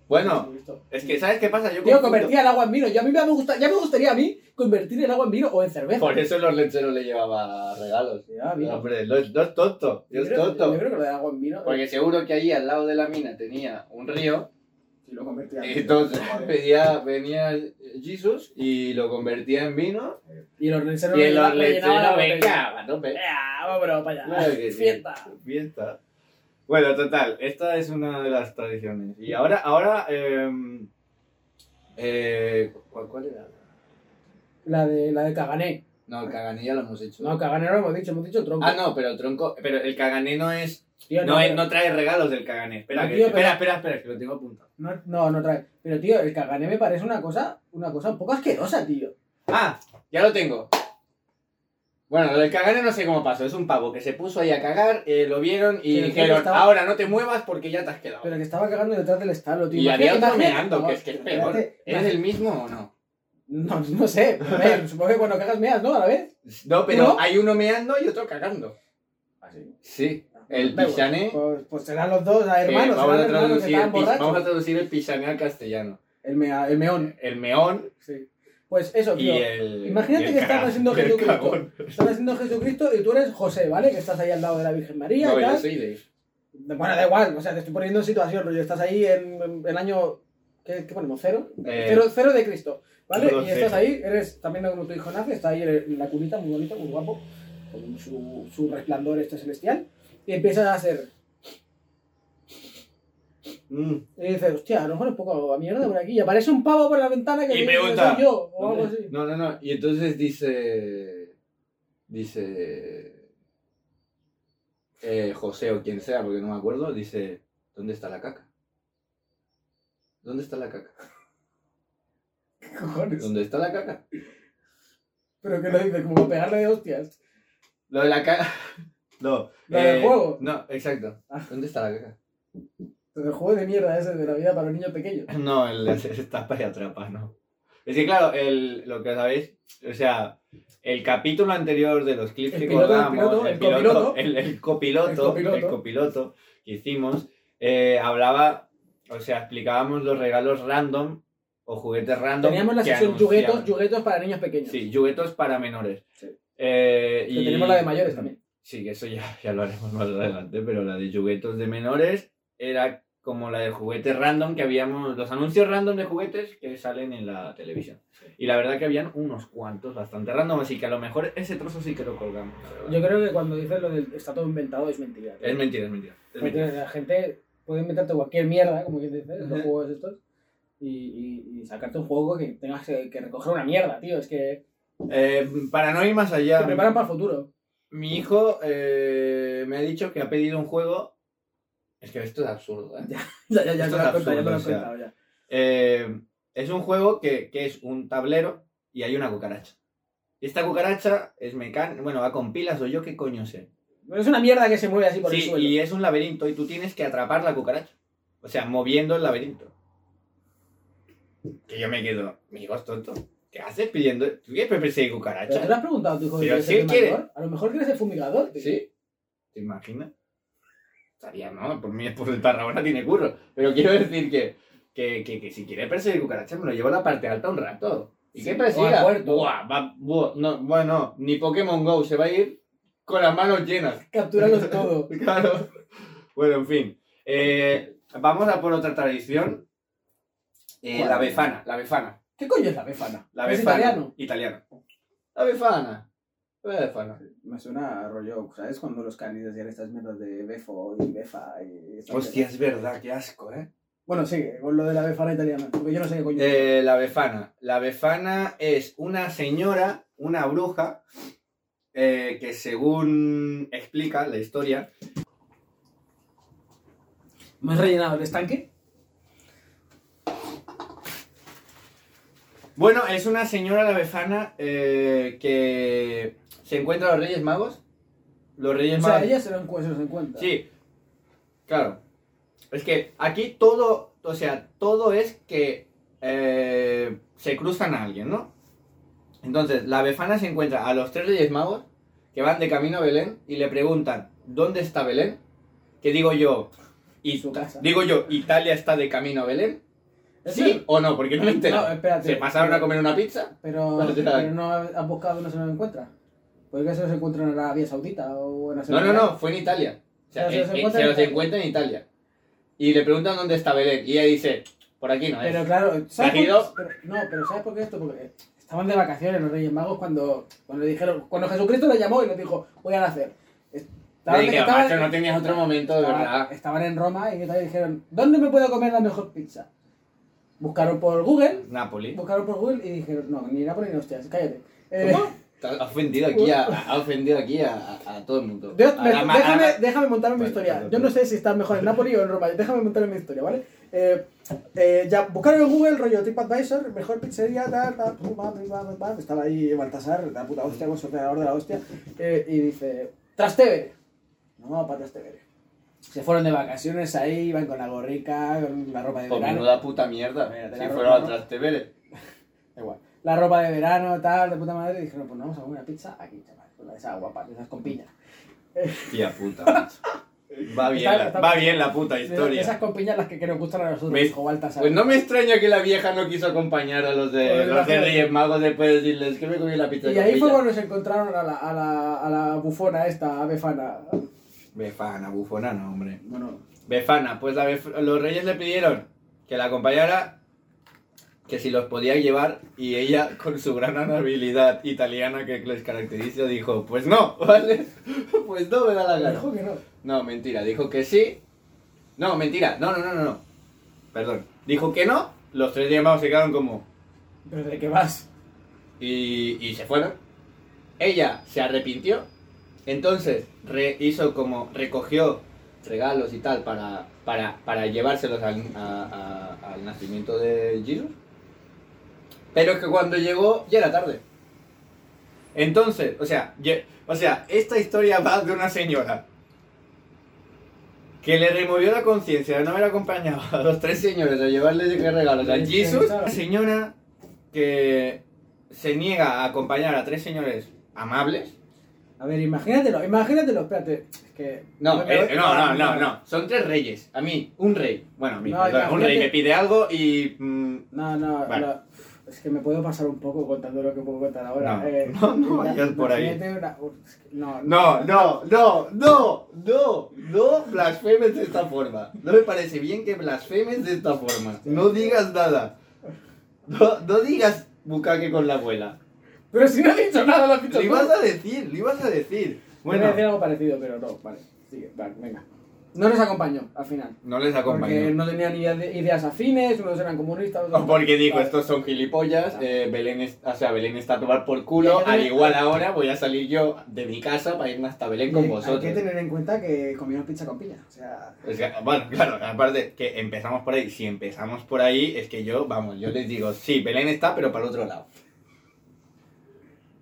S2: Bueno,
S1: Jesucristo.
S2: es que ¿sabes qué pasa? Yo
S1: Tío,
S2: confundo.
S1: convertía el agua en vino. Yo a mí me gusta, ya me gustaría a mí convertir el agua en vino o en cerveza.
S2: <laughs> Por eso los lecheros le llevaba regalos.
S1: Ya, vino.
S2: Hombre, no es no es tonto, yo es
S1: creo- Yo
S2: tonto.
S1: creo que lo del agua en vino.
S2: Porque seguro que allí al lado de la mina tenía un río
S1: si lo convertía en
S2: Y
S1: vino,
S2: Entonces
S1: joder.
S2: pedía, venía Jesus y lo convertía en vino.
S1: Y los lecheros
S2: Y el
S1: rellenaban- rellenaban la
S2: orlechero
S1: botella.
S2: venga, a tope.
S1: ¡Ea, vámonos para allá!
S2: Claro que sí.
S1: ¡Fiesta!
S2: Fiesta. Bueno, total, esta es una de las tradiciones. Y ahora, ahora, em, eh, ¿cuál, cuál era?
S1: La de, la de Cagané.
S2: No, el cagané ya lo hemos hecho.
S1: No, Cagané no lo hemos dicho, hemos dicho tronco.
S2: ah, no, pero el tronco, pero el cagané no es,
S1: Tío,
S2: no, es-
S1: pero-
S2: no trae regalos del cagané. Espera,
S1: No,
S2: que-
S1: tío,
S2: espera,
S1: pero-
S2: espera, espera, que lo tengo apuntado.
S1: No, no, no trae. Pero, tío, el cagané me parece una cosa, una cosa un poco asquerosa, tío.
S2: Ah, ya lo tengo. Bueno, lo del cagané no sé cómo pasó, es un pavo que se puso ahí a cagar, eh, lo vieron y
S1: Pero el
S2: dijeron,
S1: tío estaba-
S2: ahora no te muevas porque ya te has quedado.
S1: Pero que estaba cagando detrás del establo, tío.
S2: y había
S1: Imagina-
S2: otro
S1: imagina-
S2: mirando,
S1: no,
S2: que es que es peor.
S1: imagínate-
S2: ¿Eres el mismo o no?
S1: No, no sé. A ver, supongo que cuando cagas meas, ¿no? A la vez.
S2: No, pero
S1: ¿No?
S2: hay uno meando y otro cagando. Sí, el
S1: Da igual.
S2: pisané.
S1: Pues, pues serán los dos ah,
S2: eh,
S1: hermanos.
S2: vamos,
S1: serán
S2: a
S1: hermanos
S2: traducir
S1: que
S2: el
S1: estaban
S2: pis- vamos a
S1: borrachos.
S2: traducir el pisané al castellano.
S1: El, mea- el meón.
S2: El meón
S1: Sí. Pues eso,
S2: y
S1: tío.
S2: el.
S1: Imagínate
S2: y el
S1: que están
S2: cagado,
S1: haciendo
S2: y el
S1: Jesucristo.
S2: cagón.
S1: Estás haciendo Jesucristo y tú eres José, ¿vale? Que estás ahí al lado de la Virgen María.
S2: No,
S1: y tal.
S2: yo soy de.
S1: Bueno, da igual. O sea, te estoy poniendo en situación, rollo. Estás ahí en, en- en año... ¿Qué, qué ponemos? ¿Cero?
S2: Eh.
S1: Cero, cero de Cristo, ¿vale?
S2: Todo
S1: y estás
S2: cero.
S1: ahí, eres también como tu hijo nace, está ahí en la cunita, muy bonito, muy guapo, con su, su resplandor este celestial, y empiezas a hacer,
S2: Mm.
S1: y dices, hostia, a lo mejor es poco a mierda por aquí, y aparece un pavo por la ventana que
S2: Y
S1: dice,
S2: pregunta,
S1: soy yo, o algo así.
S2: <laughs> No, no, no. Y entonces dice. Dice. eh, José o quien sea, porque no me acuerdo, dice: ¿Dónde está la caca? ¿Dónde está
S1: <laughs>
S2: la caca?
S1: ¿Qué cojones?
S2: ¿Dónde está la caca?
S1: Pero que lo dices, como para pegarle de hostias.
S2: Lo de la caca. <laughs> No. eh,
S1: Lo del juego. Ah.
S2: No, exacto. ¿Dónde está la caca?
S1: Entonces, el juego de mierda ese de Navidad para los niños pequeños.
S2: No, el está para atrapa, no. Es que, claro, el, lo que sabéis, o sea, el capítulo anterior de los clips
S1: El
S2: que
S1: piloto, el
S2: colgamos,
S1: piloto,
S2: el
S1: el
S2: piloto,
S1: copiloto.
S2: el- el copiloto, el
S1: El
S2: copiloto,
S1: copiloto.
S2: que hicimos, eh, hablaba, o sea, explicábamos los regalos random o juguetes random.
S1: Teníamos la
S2: que
S1: sección juguetos,
S2: anunciaban.
S1: juguetos para niños pequeños.
S2: Sí, juguetos para menores.
S1: Sí.
S2: Eh,
S1: Que
S2: y
S1: tenemos la de mayores también.
S2: Sí, que eso ya, <laughs> ya lo haremos más adelante, pero la de juguetos de menores era como la de juguetes random que habíamos, los anuncios random de juguetes que salen en la televisión. Y la verdad que habían unos cuantos bastante random, así que a lo mejor ese trozo sí que lo colgamos. la verdad.
S1: Yo creo que cuando dices lo del está todo inventado es mentira.
S2: Es mentira, es mentira. es
S1: Porque
S2: mentira.
S1: la gente puede inventarte cualquier mierda, como quien dice, los juegos estos, y, y- y sacarte un juego que tengas que, que recoger una mierda, tío. Es que
S2: Eh, para no ir más allá,
S1: te preparan para el futuro.
S2: mi hijo eh, me ha dicho que ha pedido un juego... Es que esto es absurdo, ¿eh?
S1: <laughs> Ya, ya, ya,
S2: Esto
S1: me lo
S2: es
S1: has contado, ya me lo has
S2: absurdo, o sea.
S1: contado, ya.
S2: Eh, es un juego que, que es un tablero y hay una cucaracha. Y esta cucaracha es mecánica, bueno, va con pilas o yo qué coño sé.
S1: Es una mierda que se mueve así por el
S2: Sí,
S1: suelo.
S2: y es un laberinto y tú tienes que atrapar la cucaracha. O sea, moviendo el laberinto. Que yo me quedo, mi hijo es tonto. ¿Qué haces pidiendo? ¿Tú quieres
S1: ¿Pero
S2: perseguir
S1: tú le
S2: cucarachas?
S1: has preguntado a tu hijo
S2: Pero
S1: quieres
S2: sí
S1: ser
S2: quiere.
S1: fumigador? A lo mejor quieres ser fumigador. tío.
S2: Sí. ¿Te imaginas? Estaría, no, por mí es por el Tarragona tiene curro. Pero quiero decir que, que, que, que si quieres perseguir cucarachas, me lo llevo a la parte alta un rato. ¿Y
S1: Sí,
S2: qué
S1: o al
S2: persiga?
S1: puerto.
S2: Buah, va- buah, no, bueno, ni Pokémon GO se va a ir con las manos llenas. <laughs>
S1: <laughs> Captúralos todo.
S2: Claro. Bueno, en fin. Eh, vamos a por otra tradición. Eh,
S1: ¿Cuál?
S2: la befana, la befana.
S1: ¿Qué coño es la befana?
S2: La
S1: ¿Es
S2: befana.
S1: italiano?
S2: Italiano. La befana. La befana.
S1: Me suena a rollo, ¿sabes? Cuando los canis hacían estas mierdas de befo y befa y... estas
S2: Hostia, es verdad, qué asco, ¿eh?
S1: mierdas. Bueno, sí, con lo de la befana italiana, porque yo no sé qué coño es.
S2: Eh, La befana. La befana es una señora, una bruja, eh, que según explica la historia,
S1: ¿Me has rellenado el estanque?
S2: Bueno, es una señora la befana eh, que se encuentra a los Reyes Magos. Los Reyes
S1: O
S2: Magos.
S1: sea, ella se, lo encu- se los encuentra.
S2: Sí, claro. Es que aquí todo, o sea, todo es que eh, se cruzan a alguien, ¿no? Entonces, la befana se encuentra a los tres reyes magos que van de camino a Belén y le preguntan, ¿dónde está Belén? Que digo yo, y
S1: Su casa.
S2: digo yo, ¿Italia está de camino a Belén?
S1: ¿Es
S2: ¿Sí
S1: el-
S2: o no? Porque no me entero.
S1: No, espérate.
S2: ¿Se pasaron a comer una pizza?
S1: Pero,
S2: Vale, ya.
S1: pero no has has buscado y no se los encuentra. Porque se los encuentra en Arabia Saudita o en
S2: No, no,
S1: Azerbaiyán.
S2: no, fue en Italia. O sea,
S1: Pero se
S2: eh,
S1: los
S2: eh,
S1: encuentra
S2: se
S1: en
S2: los
S1: Italia.
S2: encuentra en Italia. Y le preguntan dónde está Belén. Y ella dice, por aquí no es.
S1: Pero claro, ¿sabes
S2: ¿Te has
S1: por- pero- no, pero ¿sabes por qué esto? Porque estaban de vacaciones los Reyes Magos cuando, cuando le dijeron, cuando Jesucristo le llamó y les dijo, voy a nacer.
S2: Le
S1: Estaban,
S2: dije,
S1: estaban-
S2: macho, no tenías otro momento, de
S1: estaban-
S2: verdad.
S1: estaban en Roma y entonces dijeron, ¿dónde me puedo comer la mejor pizza? Buscaron por Google,
S2: Napoli.
S1: buscaron por Google y dijeron, no, ni Napoli ni hostias, cállate. Eh,
S2: ¿Cómo? Ha ofendido aquí a, ha ofendido aquí a, a- a todo el mundo.
S1: Yo-
S2: A
S1: me-
S2: la ma- a la
S1: déjame,
S2: ma-
S1: déjame montar una
S2: Vale,
S1: historia.
S2: perdón,
S1: Yo no
S2: perdón.
S1: sé si está mejor en Napoli o en Roma. Déjame montar una historia, ¿vale? Eh, eh, ya buscaron en Google rollo TripAdvisor, mejor pizzería, tal, tal, pum, pam, pim, pam, pim, pam. Estaba ahí Baltasar, la puta hostia, con su ordenador de la hostia. eh, y dice, Trastevere. No, para Trastevere. Se fueron de vacaciones ahí, iban con la gorrica, con la ropa de
S2: Pues
S1: verano.
S2: menuda puta mierda.
S1: Mira, te
S2: si
S1: la
S2: fueron
S1: robo, ¿no?
S2: atrás te veré.
S1: Da igual. La ropa de verano, tal, de puta madre. Y dijeron, pues vamos a comer una pizza aquí, chaval. Con la de esa guapa, de esas con piña.
S2: Tía puta, macho. Va bien,
S1: Está-
S2: la,
S1: está-
S2: va bien la puta
S1: De- de Esas
S2: historia.
S1: con piñas las que, que nos gustan a nosotros,
S2: ¿Ves?
S1: dijo Baltasar.
S2: Pues no me extraña que la vieja no quiso acompañar a los de,
S1: Pues
S2: los de
S1: imagínate.
S2: Reyes Magos después de decirles que me comí la pizza
S1: Y
S2: con
S1: ahí fue
S2: pilla.
S1: cuando se encontraron a la, a la, a la bufona esta, a Befana.
S2: Befana, bufona, no, hombre.
S1: Bueno,
S2: Befana, pues la bef- los reyes le pidieron que la acompañara, que si los podía llevar, y ella, con su gran amabilidad italiana que les caracteriza, dijo, pues no, <laughs> ¿vale? Pues no me da la
S1: le
S2: gana.
S1: dijo que no.
S2: No, mentira, dijo que sí. No, mentira, no, no, no, no, no. Perdón. Dijo que no, los tres llamados se quedaron como...
S1: ¿Pero de qué vas?
S2: y, y se fueron. Ella se arrepintió, entonces re- hizo como recogió regalos y tal para, para, para llevárselos al, a- a- al nacimiento de Jesus. Pero es que cuando llegó ya era tarde. Entonces, o sea, ye- o sea, esta historia va de una señora que le removió la conciencia de no haber acompañado a los tres señores a llevarles de qué regalos a Jesus. Una señora que se niega a acompañar a tres señores amables.
S1: A ver, imagínatelo, imagínatelo, espérate. Es que.
S2: No,
S1: me- me-
S2: eh, no, no, no, no. Son tres reyes. A mí, un rey. Bueno, a mí,
S1: No,
S2: perdona, un
S1: imagínate-
S2: rey me pide algo y. mm,
S1: No, no,
S2: Vale.
S1: no. Es que me puedo pasar un poco contando lo que puedo contar ahora.
S2: No,
S1: eh,
S2: <laughs> no, no
S1: una-
S2: vayas por ahí.
S1: imagínate una- es que- no,
S2: No, no, no, no, no, no blasfemes de esta forma. No me parece bien que blasfemes de esta forma. No digas nada. No, no digas bucaque con la abuela.
S1: Pero si no he dicho nada, lo has dicho
S2: Lo
S1: tú.
S2: ibas a decir, lo ibas a decir.
S1: Bueno. Voy a decir
S2: Bueno,
S1: algo parecido, pero no, vale. Sigue, vale, venga. No nos acompañó al final.
S2: no les
S1: Porque
S2: acompañó.
S1: no tenían idea- ideas afines, unos eran comunistas, otros.
S2: O porque dijo,
S1: Vale.
S2: estos son gilipollas, eh, Belén, es- o sea, Belén está a tomar por
S1: Hay
S2: culo,
S1: que
S2: al
S1: tener-
S2: igual ahora voy a salir yo de mi casa para irme hasta Belén con
S1: Bien, Hay
S2: vosotros.
S1: que tener en cuenta que comieron pizza con piña. O sea,
S2: O sea, bueno, claro, aparte que empezamos por ahí. Si empezamos por ahí, es que yo, vamos, yo les digo, sí, Belén está, pero para el otro lado.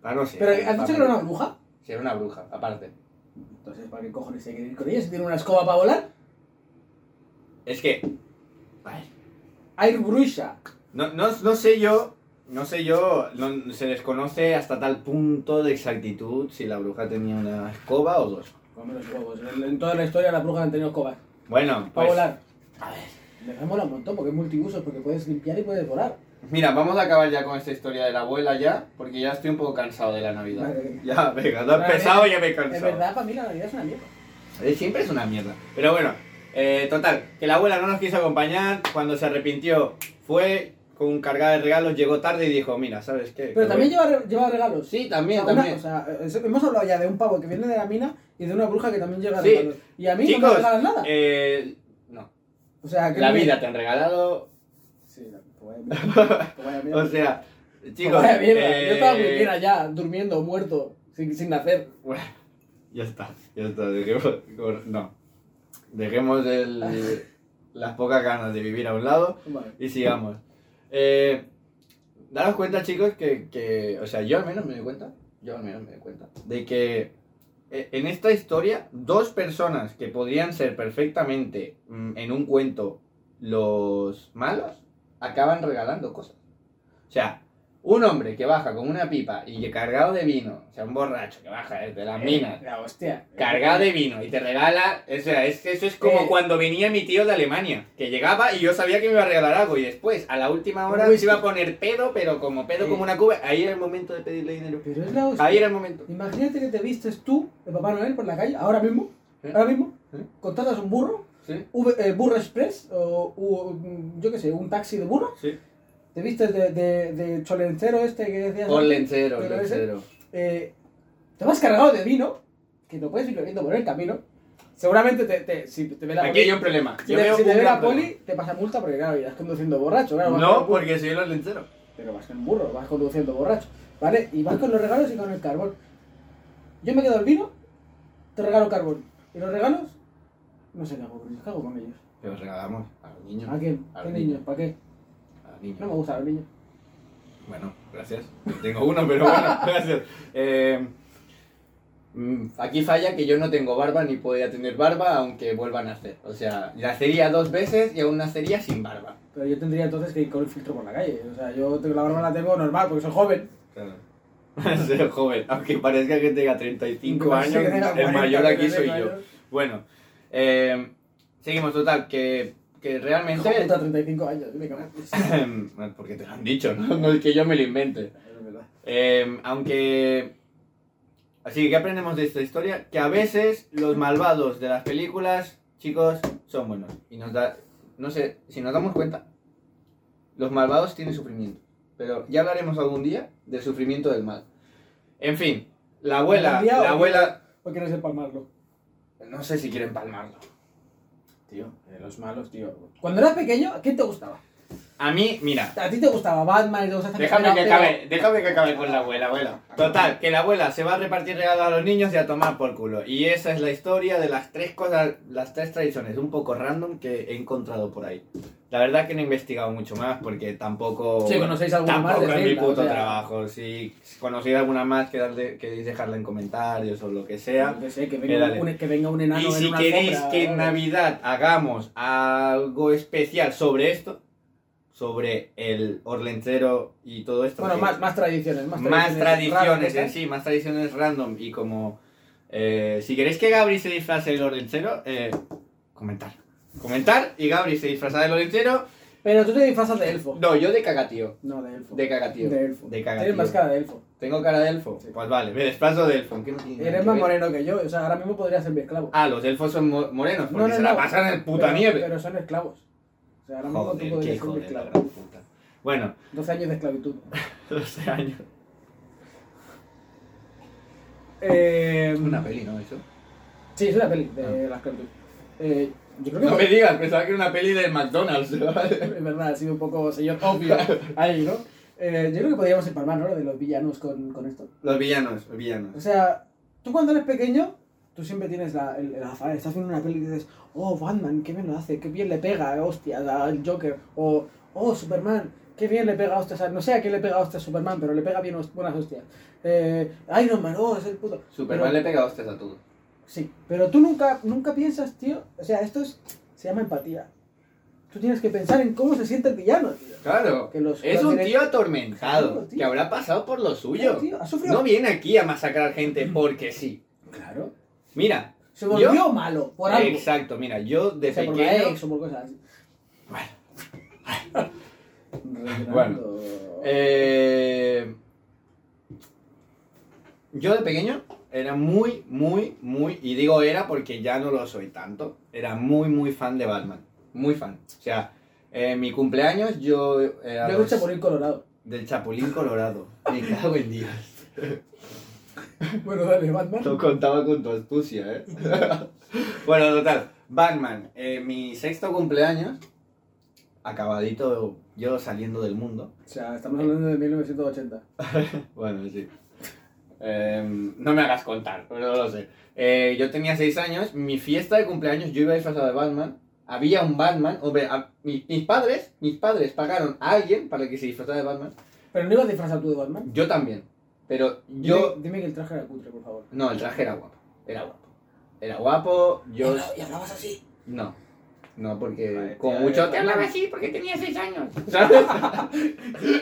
S2: Ah, no sé. eh,
S1: pero has dicho que era una bruja.
S2: Sí, era una bruja, aparte.
S1: Entonces, ¿para qué cojones hay que ir con ella? Si tiene una escoba para volar,
S2: Es que. ay,
S1: Airbruisha.
S2: No, no, no sé yo. No sé yo. no- se desconoce hasta tal punto de exactitud si la bruja tenía una escoba o dos.
S1: Come los huevos. En en toda la historia las brujas han tenido escobas.
S2: Bueno,
S1: Para
S2: pues.
S1: volar.
S2: A ver.
S1: Me mola un montón porque es multiusos, porque puedes limpiar y puedes volar.
S2: Mira, vamos a acabar ya con esta historia de la abuela ya, porque ya estoy un poco cansado de la Navidad.
S1: Madre mía.
S2: Ya, venga, no he
S1: Madre
S2: empezado,
S1: mía.
S2: ya me he
S1: En
S2: cansado.
S1: verdad, para mí la Navidad es una mierda.
S2: Eh, Siempre es una mierda. Pero bueno, eh, total, que la abuela no nos quiso acompañar, cuando se arrepintió fue con cargada de regalos, llegó tarde y dijo, mira, ¿sabes qué?
S1: Pero
S2: Que
S1: también
S2: voy-
S1: lleva, re- lleva regalos.
S2: Sí, también,
S1: O sea, una-
S2: también.
S1: o sea, eh, hemos hablado ya de un pavo que viene de la mina y de una bruja que también llega
S2: Sí.
S1: regalos. Y a mí no me
S2: Chicos,
S1: regalas nada.
S2: eh, no.
S1: o sea, que
S2: La
S1: me-
S2: vida te han regalado...
S1: Sí, la pues vaya mierda. Pues vaya mierda.
S2: O sea,
S1: Pues
S2: chicos...
S1: vaya mierda.
S2: eh,
S1: Yo estaba muy bien allá, durmiendo, muerto, sin, sin nacer.
S2: Bueno, ya está, ya está, dejemos, no, dejemos el- las pocas ganas de vivir a un lado
S1: Vale.
S2: y sigamos. Eh, daros cuenta, chicos, que, que, o sea, yo al menos me doy cuenta, yo al menos me doy cuenta, de que eh, en esta historia, dos personas que podrían ser perfectamente mm, en un cuento los malos, acaban regalando cosas. O sea, un hombre que baja con una pipa y que cargado de vino, o sea, un borracho que baja desde las minas,
S1: Eh, La hostia.
S2: cargado de vino y te regala, o sea, es que eso es como
S1: Eh.
S2: cuando venía mi tío de Alemania, que llegaba y yo sabía que me iba a regalar algo y después, a la última hora,
S1: Whisky.
S2: se iba a poner pedo, pero como pedo
S1: Eh.
S2: como una cuba, Pues ahí era el momento de pedirle dinero.
S1: Pero es la hostia.
S2: Ahí era el momento.
S1: Imagínate que te vistes tú, el Papá Noel, por la calle, ahora mismo,
S2: ¿Eh?
S1: ahora mismo,
S2: ¿Eh?
S1: contratas un burro,
S2: Sí,
S1: V- eh, burro express, o, u- mm, yo qué sé, un taxi de burro,
S2: sí.
S1: te vistes de, de, de cholencero este que decías,
S2: Con
S1: antes,
S2: lencero,
S1: Pero ese-
S2: lencero.
S1: eh, te vas cargado de vino, que lo puedes ir bebiendo por el camino, seguramente te, te- si te ve la
S2: Aquí hay
S1: poli,
S2: un problema.
S1: si
S2: Yo
S1: te,
S2: veo
S1: si te
S2: un
S1: ve la
S2: gran
S1: poli, te pasa multa porque claro, irás conduciendo borracho, claro,
S2: problema.
S1: vas con un
S2: No, pues-
S1: burro,
S2: porque soy los lenceros.
S1: pero vas con un burro, vas conduciendo borracho, ¿vale? Y vas con los regalos y con el carbón. Yo me quedo el vino, te regalo carbón. ¿Y los regalos? No sé qué hago, con ellos, ¿qué hago con ellos?
S2: Que los regalamos a los niños.
S1: ¿A quién?
S2: Al
S1: ¿Qué
S2: niño.
S1: niños? ¿Para qué?
S2: A los niños.
S1: No me gustan los niños.
S2: Bueno, gracias. Tengo uno, pero
S1: <laughs>
S2: bueno, gracias. Eh, mm, aquí falla que yo no tengo barba ni podría tener barba aunque vuelva a nacer. O sea, nacería dos veces y aún nacería sin barba.
S1: Pero yo tendría entonces que ir con el filtro por la calle. O sea, yo tengo la barba la tengo normal porque soy joven.
S2: <laughs> Claro. Ser joven, aunque parezca que tenga 35
S1: No sé <laughs>
S2: años,
S1: que tenga
S2: el
S1: 40,
S2: mayor aquí
S1: pero
S2: soy
S1: tengo
S2: yo.
S1: años.
S2: Bueno, eh, seguimos, total, que, que realmente...
S1: Hijo de puta, 35 años, me cago en la puta.
S2: <laughs> Porque te lo han dicho, ¿no? No es que yo me lo invente.
S1: <laughs>
S2: Eh, aunque... Así que, ¿qué aprendemos de esta historia? Que a veces los malvados de las películas, chicos, son buenos. Y nos da... No sé, si nos damos cuenta, los malvados tienen sufrimiento. Pero ya hablaremos algún día del sufrimiento del mal. En fin, la abuela...
S1: ¿Algún día
S2: La
S1: o-
S2: abuela...
S1: ¿O quieres empalmarlo?
S2: No sé si quieren palmarlo.
S1: Tío, los malos, tío. Cuando eras pequeño, ¿quién te gustaba?
S2: A mí, mira,
S1: ¿A ti te gustaba Batman y te gustaba
S2: Déjame que
S1: pero-
S2: acabe, déjame que acabe con la abuela, abuela. Total, que la abuela se va a repartir regalos a los niños y a tomar por culo. Y esa es la historia de las tres cosas, las tres tradiciones un poco random que he encontrado por ahí. La verdad que no he investigado mucho más porque tampoco...
S1: Si conocéis alguna más,
S2: Tampoco es mi
S1: decidla,
S2: puto
S1: o sea,
S2: trabajo. Si conocéis alguna más, quedadle- queréis dejarla en comentarios o lo que sea.
S1: yo qué sé, que
S2: Eh,
S1: venga,
S2: dale.
S1: un, que venga un enano
S2: Y
S1: en
S2: si
S1: una
S2: queréis
S1: alfombra,
S2: que en
S1: ¿vale?
S2: Navidad hagamos algo especial sobre esto, sobre el orlencero y todo esto...
S1: Bueno,
S2: que-
S1: más, más tradiciones, más tradiciones.
S2: más tradiciones
S1: raras, ¿eh?
S2: en sí, más tradiciones random y como eh, si queréis que Gabri se disfrace de Lorencero, eh, comentar. Comentar y Gabri se disfraza de Lorencero.
S1: Pero tú te disfrazas de elfo.
S2: No, yo de cagatío.
S1: No, de elfo.
S2: De cagatío.
S1: De elfo.
S2: De
S1: Tienes más
S2: cagatío.
S1: cara de elfo.
S2: Tengo cara de elfo.
S1: Sí.
S2: Pues vale, me disfrazo de elfo. ¿qué no tiene nada
S1: Eres
S2: que
S1: más
S2: ver?
S1: moreno que yo, o sea, ahora mismo podría ser mi esclavo.
S2: Ah, los elfos son mo- morenos porque
S1: No, no,
S2: se la
S1: no.
S2: pasan en puta
S1: Pero-
S2: nieve.
S1: Pero son esclavos. O sea, ahora mismo tú
S2: Joder, qué
S1: podrías ser
S2: hijo
S1: un
S2: de la
S1: esclavo.
S2: gran puta. Bueno, <laughs>
S1: 12 años de esclavitud. <laughs>
S2: 12 años.
S1: Eh,
S2: Una peli, ¿no? Eso.
S1: Sí, es una peli de la esclavitud. Eh, yo creo que
S2: No me digas, pensaba que era una peli de
S1: <laughs>
S2: McDonald's. <laughs>
S1: es verdad, ha sido un poco señor obvio ahí, ¿no? Eh, yo creo que podríamos empalmar, ¿no? Lo de los villanos con, con esto.
S2: Los villanos, los villanos.
S1: O sea, tú cuando eres pequeño, tú siempre tienes la, el, el azar. Estás viendo una peli y dices, oh, Batman, qué bien lo hace, qué bien le pega, hostia, al Joker. O, oh, Superman, qué bien le pega, hostia. O sea, no sé a qué le pega, hostia, Superman, pero le pega bien host- buenas hostias. Eh, Iron Man, oh, es el puto.
S2: Superman
S1: Pero-
S2: le pega hostias a todo.
S1: Sí, pero tú nunca, nunca piensas, tío. O sea, esto es, se llama empatía. Tú tienes que pensar en cómo se siente el villano, tío.
S2: Claro.
S1: Que los,
S2: Es
S1: los
S2: un
S1: direct-
S2: tío atormentado
S1: Claro, tío.
S2: que habrá pasado por lo suyo.
S1: Tío, ha sufrido.
S2: No viene aquí a masacrar gente porque sí.
S1: Claro.
S2: Mira,
S1: Se volvió
S2: Yo-
S1: malo por algo.
S2: Exacto, mira, yo de
S1: O sea, por la
S2: pequeño.
S1: ex o por cosas así. Rellenando-
S2: Bueno, eh, yo de pequeño era muy, muy, muy. Y digo era porque ya no lo soy tanto. Era muy, muy fan de Batman. Muy fan. O sea, en mi cumpleaños yo. Era
S1: Yo
S2: los-
S1: luché por ir colorado.
S2: Del Chapulín Colorado. Me cago en Dios.
S1: <laughs> Bueno, dale, Batman.
S2: No contaba con tu astucia, ¿eh? bueno, total. Batman, eh, mi sexto cumpleaños, acabadito yo saliendo del mundo.
S1: O sea, estamos hablando de 1980.
S2: Bueno, sí. Em, no me hagas contar, pero no lo sé. Eh, yo tenía seis años, mi fiesta de cumpleaños yo iba disfrazado de Batman. Había un Batman, hombre, a- mi- mis padres, mis padres pagaron a alguien para que se disfrazara de Batman.
S1: Pero no ibas disfrazado tú de Batman.
S2: Yo también, pero yo...
S1: Dime, dime que el traje era cutre, por favor.
S2: No, el traje era guapo. Era guapo. Era guapo, yo...
S1: Y hablabas así.
S2: No. No, porque
S1: Vale,
S2: con
S1: tía,
S2: mucho...
S1: ya-
S2: Te
S1: hablaba
S2: así porque tenía seis años. ¿Sabes?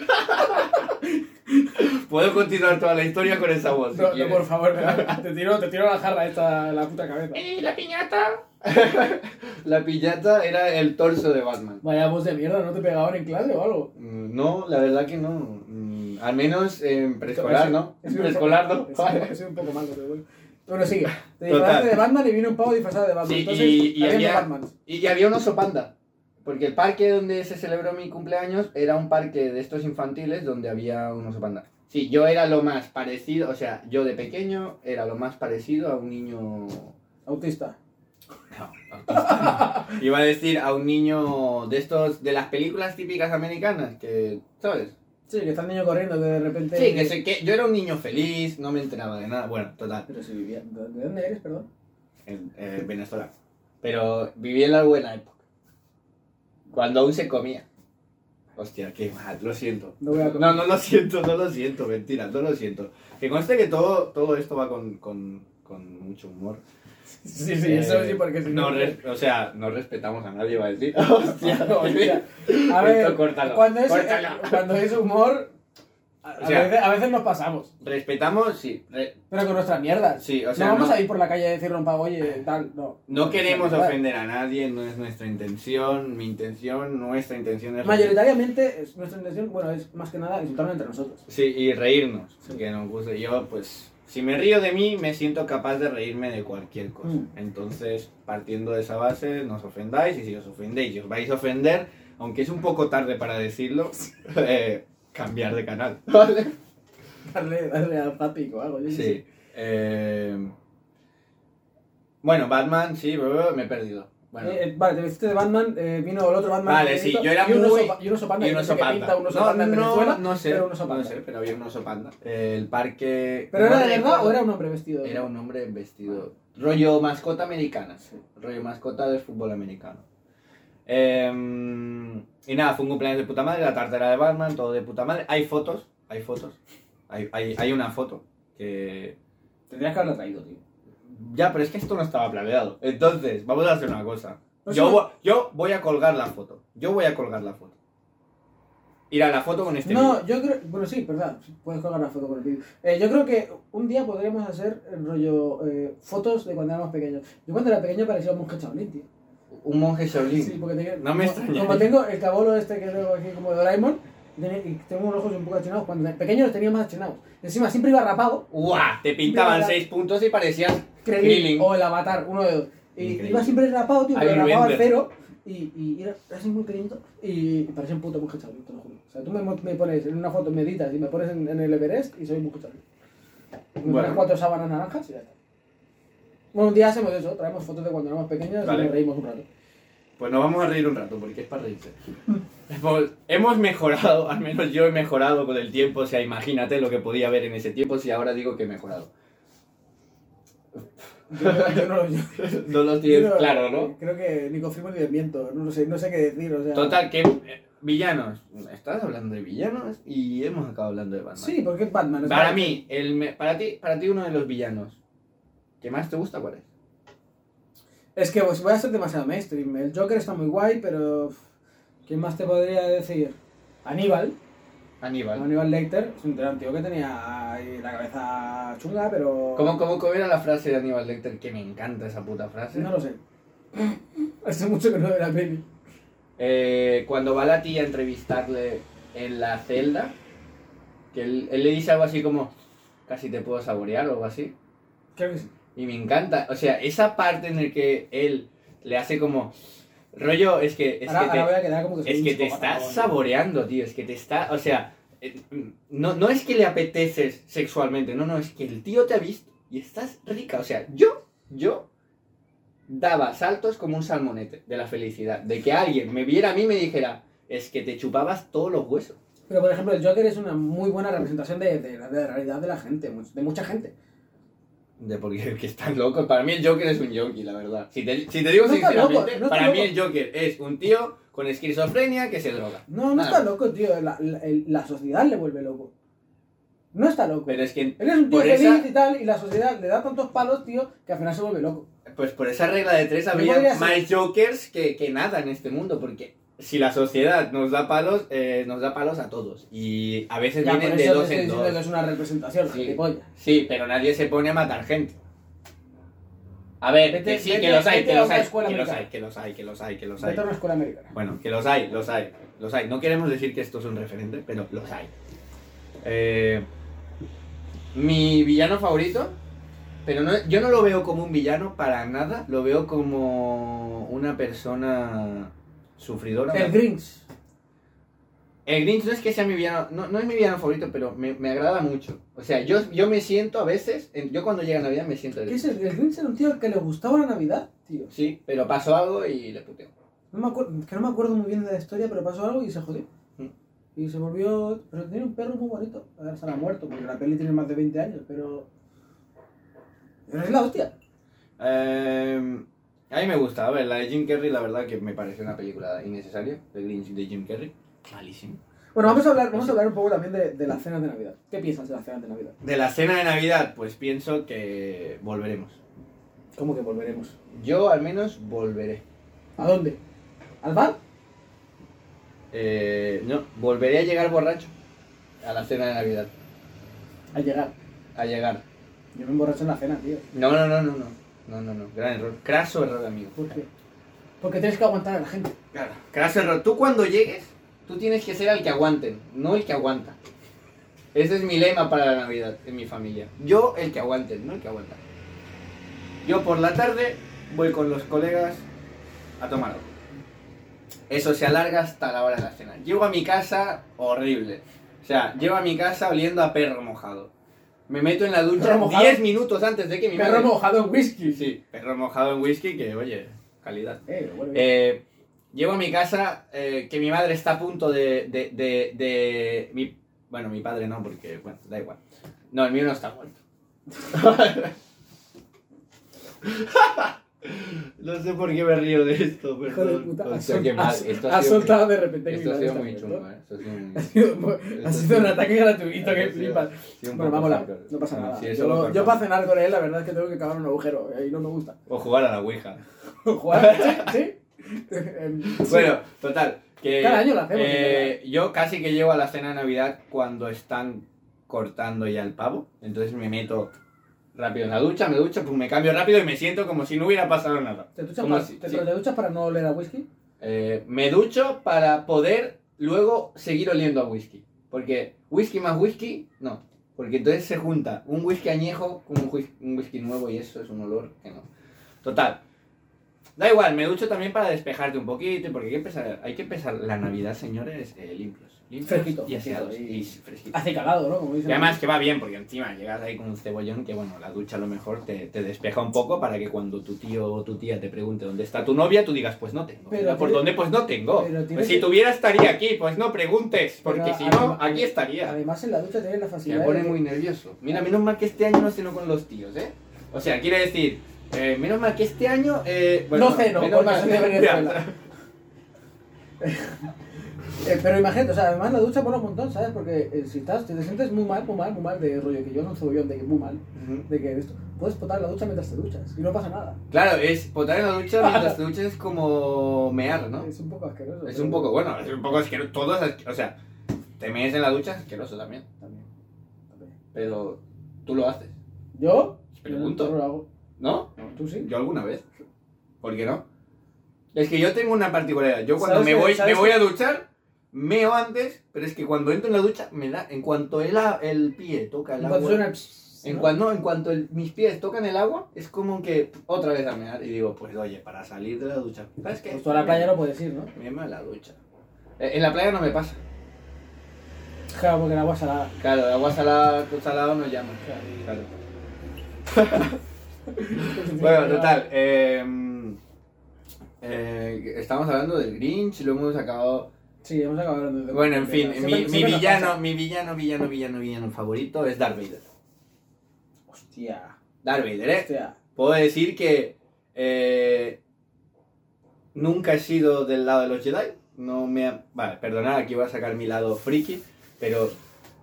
S2: <laughs> Puedo continuar toda la historia con esa voz. si
S1: No, no,
S2: quieres.
S1: por favor, ¿verdad? te tiro, te tiro la jarra esta, la puta cabeza.
S2: ¡Y Eh, la piñata! <laughs> la piñata era el torso de Batman.
S1: Vaya voz de mierda, ¿no te pegaban en clase o algo?
S2: Mm, No, la verdad que no. Mm, Al menos en preescolar, ¿no?
S1: Es
S2: En
S1: un
S2: <laughs> preescolar,
S1: poco-
S2: ¿no?
S1: es un poco- Es un poco malo, pero bueno. Bueno, sigue. Te
S2: Total.
S1: disfrazaste de Batman y vino un pavo disfrazado de Batman.
S2: Sí,
S1: Entonces,
S2: y- y
S1: había
S2: había-
S1: Batman.
S2: Y y había un oso panda. Porque el parque donde se celebró mi cumpleaños era un parque de estos infantiles donde había un oso panda. Sí, yo era lo más parecido, o sea, yo de pequeño era lo más parecido a un niño...
S1: Autista.
S2: autista. Iba a decir a un niño de estos, de las películas típicas americanas, que, ¿sabes?
S1: Sí, que está el niño corriendo que de repente.
S2: Sí, que, sé que yo era un niño feliz, no me enteraba de nada. Bueno, total,
S1: Pero si vivía. ¿De de dónde eres,
S2: <laughs>
S1: perdón?
S2: en eh, Venezuela. Pero viví en la buena época. Cuando aún se comía. Hostia, qué mal, lo siento.
S1: No voy a
S2: No, no lo siento, no lo siento, mentira, no lo siento. Que conste que todo, todo esto va con, con, con mucho humor.
S1: Sí,
S2: Eh,
S1: porque
S2: no res- O sea, no respetamos a nadie, va a
S1: <laughs>
S2: decir. Hostia,
S1: Hostia. A ver,
S2: Esto córtalo,
S1: cuando es, eh,
S2: córtalo.
S1: cuando es humor, a, a
S2: O sea-
S1: veces, a veces nos pasamos,
S2: Respetamos, sí. re-
S1: pero con nuestras mierdas.
S2: sí, o sea,
S1: no vamos
S2: no-
S1: a ir por la calle a decir rompa, oye, tal, no.
S2: No queremos
S1: Vale.
S2: ofender a nadie, no es nuestra intención, mi intención, nuestra intención es...
S1: Mayoritariamente, es nuestra intención, bueno, es más que nada insultarnos entre nosotros. <laughs>
S2: Sí, y reírnos,
S1: Sí.
S2: que nos guste. Yo, pues, si me río de mí, me siento capaz de reírme de cualquier cosa.
S1: Mm.
S2: Entonces, partiendo de esa base, nos ofendáis, y si os ofendéis y os vais a ofender, aunque es un poco tarde para decirlo, <laughs> eh, cambiar de
S1: <laughs>
S2: canal. ¿Vale?
S1: Darle, darle al papi o algo. yo qué sé.
S2: Sí. eh, bueno, Batman, sí, me he perdido. Bueno,
S1: Eh, eh, vale, te vestiste de Batman, eh, vino el otro Batman.
S2: Vale,
S1: pequeñito,
S2: sí, yo era
S1: y un
S2: muy-
S1: Oso, pa- y un oso panda.
S2: Y un
S1: que
S2: oso
S1: dice que pinta
S2: panda.
S1: un oso
S2: no,
S1: panda en Venezuela,
S2: no, no sé.
S1: pero un oso panda.
S2: No sé, pero había un oso panda. El parque.
S1: ¿Pero
S2: no
S1: era de verdad
S2: recuerdo.
S1: o era un hombre vestido?
S2: Era un hombre vestido. Rollo mascota americana. Rollo mascota del fútbol americano. Em, y nada, fue un cumpleaños de puta madre. La tartera de Batman, todo de puta madre. Hay fotos, hay fotos. Hay, hay, hay una foto que.
S1: Tendrías que haberlo traído, tío.
S2: Ya, pero es que esto no estaba planeado. Entonces, vamos a hacer una cosa.
S1: No,
S2: Yo,
S1: sí.
S2: vo- yo voy a colgar la foto. Yo voy a colgar la foto. Ir a la foto con este. vídeo.
S1: No, yo creo. Bueno, sí, verdad. Puedes colgar una foto con el vídeo. Eh, yo creo que un día podríamos hacer el rollo eh, fotos de cuando éramos pequeños. Yo cuando era pequeño parecía un monje chavalín, tío.
S2: Un monje Shaolin.
S1: Sí, porque tenía-
S2: No
S1: como-
S2: me extraña.
S1: Como tengo el cabolo este que tengo aquí como de Doraemon, y tenía- y tengo unos ojos un poco achinados. Cuando era pequeño los tenía más achinados. Encima siempre iba rapado,
S2: ¡Guau! Te pintaban
S1: Mira.
S2: seis puntos y parecías
S1: Krillin,
S2: Krillin.
S1: o el avatar, uno de dos. Y
S2: Increíble.
S1: iba siempre rapado, tío, pero
S2: Iron
S1: rapado al
S2: Ender.
S1: cero. Y, y era así muy pequeñito. Y, parecía un puto monje chavalín, te lo juro. O sea, tú me, mo- me pones en una foto, meditas y me pones en, en el Everest y soy un monje chavalín. Me pones
S2: Bueno.
S1: cuatro sábanas naranjas y ya está. Bueno, un día hacemos eso, traemos fotos de cuando éramos pequeños
S2: Vale.
S1: y nos reímos un rato.
S2: Pues nos vamos a reír un rato, porque es para reírse. hemos, hemos mejorado, al menos yo he mejorado con el tiempo. O sea, imagínate lo que podía haber en ese tiempo si ahora digo que he mejorado.
S1: Yo, yo no lo yo-
S2: no lo tienes
S1: Creo-
S2: claro, ¿no?
S1: Creo que ni confirmo ni desmiento, no lo sé, no sé qué decir, o sea...
S2: Total, que eh, villanos. Estás hablando de villanos y hemos acabado hablando de Batman.
S1: Sí, porque es Batman. es
S2: Para
S1: Batman.
S2: mí, el me- para ti, para ti uno de los villanos que más te gusta, ¿cuál es?
S1: Es que pues, voy a ser demasiado mainstream. El Joker está muy guay, pero. uf, ¿Quién más te podría decir? Aníbal.
S2: Aníbal.
S1: Aníbal Lecter es un era un tío que tenía ahí la cabeza chunga, pero.
S2: ¿Cómo, cómo, cómo era la frase de Aníbal Lecter? Que me encanta esa puta frase.
S1: No lo sé. <laughs> Hace mucho que no veo la peli.
S2: Eh, cuando va la tía a entrevistarle en la celda, que él, él le dice algo así como, casi te puedo saborear o algo así.
S1: Creo que sí.
S2: Y me encanta. O sea, esa parte en la que él le hace como, rollo, es que, es
S1: ahora,
S2: que te,
S1: ahora voy a quedar como que soy
S2: es
S1: un
S2: que te
S1: psicópata,
S2: estás
S1: ¿no?
S2: saboreando, tío. Es que te está, o sea, eh, no, no es que le apeteces sexualmente, no, no, es que el tío te ha visto y estás rica. O sea, yo, yo daba saltos como un salmonete de la felicidad. De que alguien me viera a mí y me dijera, es que te chupabas todos los huesos.
S1: Pero por ejemplo, el Joker es una muy buena representación de, de la de la realidad de la gente, mu- de mucha gente.
S2: De porque es que están locos. Para mí el Joker es un yonki, la verdad. Si te, si te digo
S1: No está
S2: sinceramente,
S1: loco, no está
S2: para mí
S1: loco.
S2: el Joker es un tío con esquizofrenia que se droga.
S1: No, no
S2: Ah.
S1: está loco, tío. La, la- el- la sociedad le vuelve loco. No está loco.
S2: Pero es que
S1: Él es un tío
S2: por
S1: feliz
S2: esa-
S1: y tal, y la sociedad le da tantos palos, tío, que al final se vuelve loco.
S2: Pues por esa regla de tres
S1: Yo
S2: habría
S1: podría ser-
S2: más jokers que, que nada en este mundo, porque si la sociedad nos da palos, eh, nos da palos a todos. Y a veces
S1: Ya, por
S2: vienen
S1: eso
S2: de
S1: te
S2: dos
S1: estoy
S2: en
S1: diciendo que
S2: dos.
S1: es una representación,
S2: Sí.
S1: gilipollas.
S2: Sí, pero nadie se pone a matar gente. A ver,
S1: Vete-
S2: que sí,
S1: vete-
S2: que los hay,
S1: vete
S2: que
S1: a
S2: los
S1: una
S2: hay,
S1: escuela
S2: que los hay,
S1: americana.
S2: que los hay, que los hay, que los hay.
S1: Vete a una escuela americana.
S2: Bueno, que los hay, los hay, los hay. No queremos decir que esto es un referente, pero los hay. Eh, mi villano favorito, pero no, yo no lo veo como un villano para nada, lo veo como una persona sufridora.
S1: El Grinch.
S2: El Grinch no es que sea mi villano, no, no es mi villano favorito, pero me, me agrada mucho. O sea, yo, yo me siento a veces, en- yo cuando llega Navidad me siento el
S1: ¿Qué es el, el Grinch era un tío al que le gustaba la Navidad, tío.
S2: Sí, pero pasó algo y le puteo.
S1: No me acuerdo, que no me acuerdo muy bien de la historia, pero pasó algo y se jodió.
S2: Mm.
S1: Y se volvió. Pero tenía un perro muy bonito. Ahora estará muerto, porque la peli tiene más de 20 años, pero. Pero es la hostia.
S2: Eh, a mí me gusta, a ver, la de Jim Carrey, la verdad que me pareció una película innecesaria, de Grinch de Jim Carrey. Malísimo.
S1: Bueno, vamos a hablar, vamos a hablar un poco también de, de las cenas de Navidad. ¿Qué piensas de las cenas de Navidad?
S2: De la cena de Navidad, pues pienso que volveremos.
S1: ¿Cómo que volveremos?
S2: Yo al menos volveré.
S1: ¿A dónde? ¿Al bar?
S2: Eh, no, volveré a llegar borracho a la cena de Navidad.
S1: Al llegar.
S2: A llegar.
S1: Yo me emborracho en la cena, tío.
S2: No, no, no, no, no. No, no, no. Gran error. Craso error, amigo.
S1: ¿Por qué? Porque tienes que aguantar a la gente.
S2: Claro. Craso error. Tú cuando llegues, tú tienes que ser el que aguanten, no el que aguanta. Ese es mi lema para la Navidad en mi familia. Yo el que aguanten, no el que aguanta. Yo por la tarde voy con los colegas a tomar algo. Eso se alarga hasta la hora de la cena. Llego a mi casa horrible. O sea, llego a mi casa oliendo a perro mojado. Me meto en la ducha
S1: ¿Perro mojado?
S2: 10 minutos antes de que mi
S1: Perro
S2: madre-
S1: mojado en whisky.
S2: Sí, sí, perro mojado en whisky que, oye, calidad.
S1: Eh, pero bueno,
S2: Eh, llego a mi casa, eh, que mi madre está a punto de... de, de, de- mi, bueno, mi padre no, porque, bueno, da igual. No, el mío no está muerto. <laughs> no sé por qué me río de esto, pero...
S1: Hijo de puta.
S2: O
S1: Has,
S2: sea, qué
S1: sol-
S2: mal.
S1: has-
S2: Esto
S1: has
S2: ha sido,
S1: soltado de repente mi
S2: esto ha
S1: madre
S2: sido
S1: está
S2: muy
S1: muerto.
S2: chungo, ¿eh? Esto ha sido
S1: <laughs>
S2: muy-
S1: Ha sido, mu-
S2: esto
S1: ha
S2: ha
S1: sido un
S2: sido-
S1: ataque gratuito que
S2: ha sido-
S1: flipas.
S2: ha sido un
S1: Bueno,
S2: poco
S1: vamos a
S2: hardcore.
S1: no pasa
S2: Bueno,
S1: nada.
S2: sí, eso lo
S1: yo, yo
S2: cortamos.
S1: para cenar con él, la verdad es que tengo que cavar un agujero eh, y no me
S2: <laughs>
S1: gusta.
S2: O jugar a la Ouija.
S1: ¿Jugar? ¿Sí? ¿Sí? <laughs> Em, sí.
S2: Bueno, total. Que,
S1: Cada año lo hacemos,
S2: eh, yo casi que llego a la cena de Navidad cuando están cortando ya el pavo. Entonces me meto rápido en la ducha, me ducho, pues me cambio rápido y me siento como si no hubiera pasado nada.
S1: ¿Te duchas,
S2: ¿cómo
S1: para,
S2: así?
S1: te,
S2: Sí.
S1: pero te duchas para no oler a whisky?
S2: Eh, me ducho para poder luego seguir oliendo a whisky. Porque whisky más whisky, no. Porque entonces se junta un whisky añejo con un whis- un whisky nuevo y eso es un olor que no. Total. Da igual, me ducho también para despejarte un poquito, porque hay que empezar, hay que empezar la Navidad, señores, eh, limpios. limpios
S1: Fresquito,
S2: y aseados.
S1: fresquito, y-
S2: Y fresquitos.
S1: Hace cagado, ¿no? Como
S2: Y
S1: dicen.
S2: además que va bien, porque encima llegas ahí con un cebollón que, bueno, la ducha a lo mejor te, te despeja un poco para que cuando tu tío o tu tía te pregunte dónde está tu novia, tú digas, pues no tengo.
S1: Pero
S2: Mira, ¿Por
S1: tiene-
S2: dónde? Pues no tengo.
S1: pero tiene
S2: Pues si
S1: que-
S2: tuviera estaría aquí, pues no preguntes, porque
S1: Pero
S2: si
S1: a-
S2: no,
S1: a-
S2: aquí estaría.
S1: Además en la ducha tienes la
S2: Me
S1: facilidad.
S2: pone
S1: de-
S2: muy nervioso. Mira, menos mal que este año no cenó con los tíos, ¿eh? O sea, quiere decir, eh, menos mal que este año... Eh, bueno,
S1: No ceno, porque soy de
S2: <laughs>
S1: Venezuela. Eh, pero imagínate, o sea, además la ducha pone un montón, ¿sabes? Porque eh, si estás, te, te sientes muy mal, muy mal, muy mal, de rollo que yo no soy yo, de que muy mal,
S2: Ujú.
S1: de que esto. puedes potar en la ducha mientras te duchas y no pasa nada.
S2: Claro, es potar en la ducha mientras te duchas es como mear, ¿no?
S1: Es un poco asqueroso.
S2: Es
S1: pero-
S2: un poco, bueno, es un poco asqueroso. Todo es asqueroso. O sea, te mees en la ducha es asqueroso también.
S1: También, también.
S2: Pero tú lo haces.
S1: ¿Yo? Yo no
S2: Pregunto.
S1: lo hago.
S2: ¿No?
S1: ¿Tú sí?
S2: Yo alguna vez. ¿Por qué no? Es que yo tengo una particularidad. Yo cuando
S1: ¿Sabes
S2: me
S1: que-
S2: voy, me
S1: sabes
S2: voy
S1: que-
S2: a duchar, meo antes, pero es que cuando entro en la ducha, me da, en cuanto el, a- el pie toca el
S1: En cuanto
S2: agua.
S1: suena el pss,
S2: En
S1: ¿no?
S2: cuanto, en cuanto el- mis pies tocan el agua, es como que otra vez a mear. Y digo, pues oye, para salir de la ducha. ¿Sabes qué?
S1: Pues tú a la playa no puedes ir, ¿no?
S2: Me meo en la ducha. Eh, En la playa no me pasa.
S1: Claro, porque en agua salada.
S2: Claro, el agua salada, salado no llama. Claro. Bueno, total. eh, eh, estamos hablando del Grinch, lo hemos acabado.
S1: Sí, hemos acabado hablando de...
S2: Bueno, en fin,
S1: Siempre-
S2: mi, mi
S1: siempre nos
S2: villano,
S1: pasa.
S2: mi villano, villano, villano, villano favorito es Darth Vader.
S1: Hostia,
S2: Darth Vader, ¿eh?
S1: hostia.
S2: Puedo decir que eh, nunca he sido del lado de los Jedi. No me ha- Vale, perdonad, aquí voy a sacar mi lado friki, pero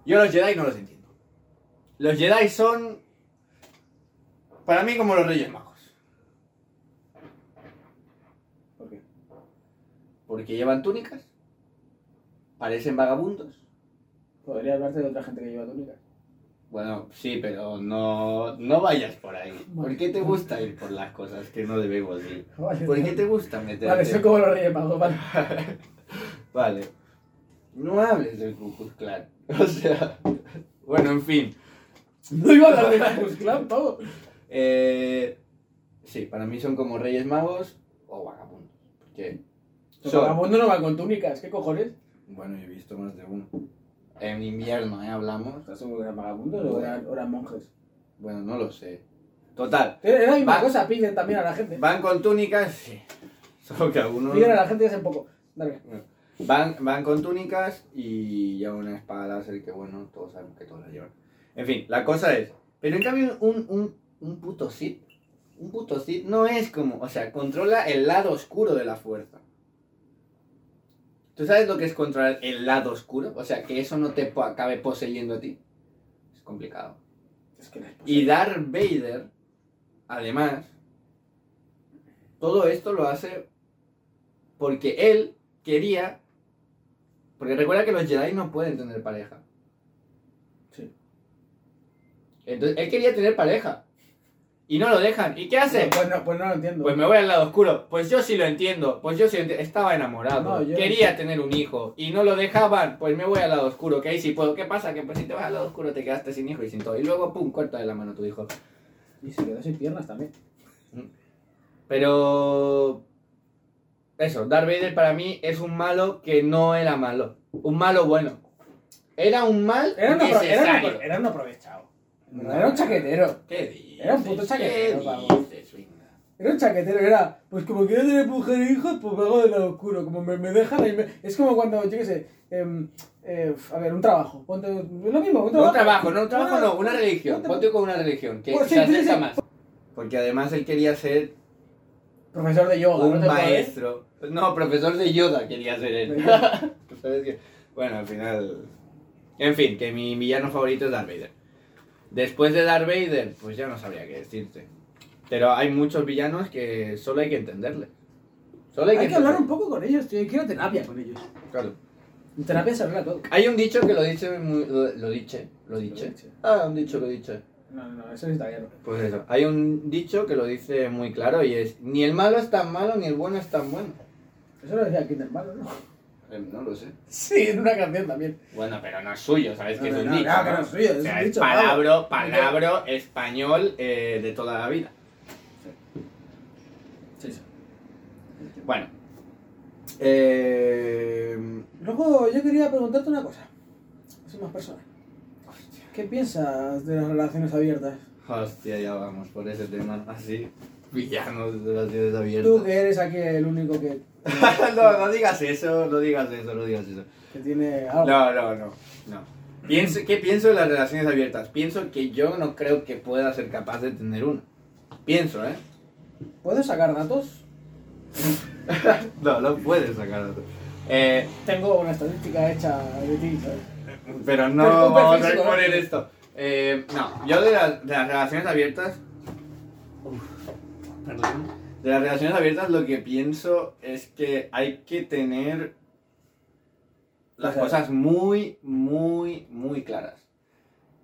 S2: yo los Jedi no los entiendo. Los Jedi son, para mí, como los Reyes Magos.
S1: ¿Por qué?
S2: Porque llevan túnicas, parecen vagabundos.
S1: Podría hablarte de otra gente que lleva túnica.
S2: Bueno, sí, pero no, no vayas por ahí. ¿Por
S1: Vale.
S2: qué te gusta ir por las cosas que no debemos ir?
S1: <laughs> Vale,
S2: ¿Por qué te gusta meterte?
S1: Vale, soy como los Reyes Magos,
S2: <laughs>
S1: vale.
S2: Vale. No hables del Ku Klux Klan. <laughs> O sea, bueno, en fin.
S1: No iba a hablar de Cus Clan, pavo.
S2: <laughs> Eh, sí, para mí son como Reyes Magos o vagabundos. Porque
S1: Los
S2: son-
S1: vagabundos no van con túnicas, ¿qué cojones?
S2: Bueno, yo he visto más de uno. En invierno, ¿eh? Hablamos.
S1: ¿Estás seguro que eran vagabundos o eran, o eran monjes?
S2: Bueno, no lo sé. Total.
S1: Eh, Era la misma
S2: Va-
S1: cosa, piden también a la gente.
S2: Van con túnicas, sí. <laughs> Solo que algunos...
S1: Piden a la gente y hacen poco. Dale.
S2: Van, van con túnicas y llevan una espada láser que, bueno, todos sabemos que todos la llevan. En fin, la cosa es. Pero en cambio, un, un, un puto Sith. Un puto Sith no es como. O sea, controla el lado oscuro de la fuerza. ¿Tú sabes lo que es controlar el lado oscuro? O sea, que eso no te po- acabe poseyendo a ti. Es complicado.
S1: Es que les puse-
S2: Y Darth Vader, además, todo esto lo hace porque él quería. Porque recuerda que los Jedi no pueden tener pareja.
S1: Sí.
S2: Entonces, él quería tener pareja. Y no lo dejan. ¿Y qué hace?
S1: Pues no, pues no lo entiendo.
S2: Pues me voy al lado oscuro. Pues yo sí lo entiendo. Pues yo sí lo enti- Estaba enamorado.
S1: No, yo-
S2: Quería tener un hijo. Y no lo dejaban. Pues me voy al lado oscuro. Que ahí sí puedo. ¿Qué pasa? Que pues si te vas al lado oscuro te quedaste sin hijo y sin todo. Y luego, pum, corta de la mano a tu hijo.
S1: Y se quedó sin piernas también.
S2: Pero. Eso, Darth Vader para mí es un malo que no era malo. Un malo bueno. Era un mal
S1: Era un, apro- era un
S2: necesario.
S1: apro- era un aprovechado. Era un chaquetero.
S2: ¿Qué dices?
S1: Era un puto chaquetero,
S2: ¿Qué
S1: vamos.
S2: dices, venga?
S1: Era un chaquetero, era, pues como quiero tener mujer e hijos, pues me hago de lo oscuro. Como me, me dejan ahí. me- Es como cuando, yo qué sé, em, eh, a ver, un trabajo. Ponte, lo mismo, un trabajo.
S2: No un trabajo, no un trabajo, no, una religión.
S1: no te-
S2: Ponte con una religión, que
S1: Pues sí,
S2: se
S1: sí,
S2: acerca
S1: sí.
S2: más. Porque además él quería ser
S1: Profesor de yoga,
S2: un
S1: ¿no te ¿eh? jodes?
S2: maestro. No, profesor de Yoda quería ser él. <laughs> Pues, ¿Sabes qué? Bueno, al final. En fin, que mi villano favorito es Darth Vader. Después de Darth Vader, pues ya no sabría qué decirte. Pero hay muchos villanos que solo hay que entenderle. Solo hay que,
S1: Hay que hablar un
S2: entender-
S1: poco con ellos, tío. Yo quiero terapia con ellos.
S2: Claro.
S1: En terapia se arregla todo.
S2: Hay un dicho que lo dice. muy- Lo, lo dice. Lo dice. Ah, un dicho que dice.
S1: No, no, no, eso es italiano.
S2: Pues eso. Hay un dicho que lo dice muy claro y es: ni el malo es tan malo ni el bueno es tan bueno.
S1: Eso lo decía Kinder Malo, ¿no? <laughs>
S2: Eh, no lo sé.
S1: Sí, en una canción también.
S2: Bueno, pero no es suyo, ¿sabes? Que
S1: No,
S2: es un
S1: no, no,
S2: dicho.
S1: claro que no es suyo, es
S2: O sea,
S1: un
S2: es
S1: dicho,
S2: palabro, palabro español eh, de toda la vida.
S1: Sí, sí.
S2: Bueno. Eh,
S1: Luego yo quería preguntarte una cosa. Soy más personal.
S2: hostia,
S1: ¿Qué piensas de las relaciones abiertas?
S2: hostia, ya vamos por ese tema. Así, villanos de las ciudades
S1: Tú
S2: <laughs> abiertas.
S1: que eres aquí el único que,
S2: no, no digas eso, no digas eso, no digas eso.
S1: que tiene algo.
S2: No, no, no. no. Pienso, ¿Qué pienso de las relaciones abiertas? Pienso que yo no creo que pueda ser capaz de tener una. Pienso, ¿eh?
S1: ¿Puedo sacar datos?
S2: No, no puedes sacar otro. Eh,
S1: Tengo una estadística hecha de ti, ¿sabes?
S2: Pero
S1: Pero
S2: no
S1: un perfil
S2: vamos a exponer
S1: psicológico.
S2: esto. Eh, no, yo de, las- de las relaciones abiertas
S3: Perdón.
S2: De las relaciones abiertas lo que pienso es que hay que tener las
S1: O sea,
S2: cosas muy, muy, muy claras.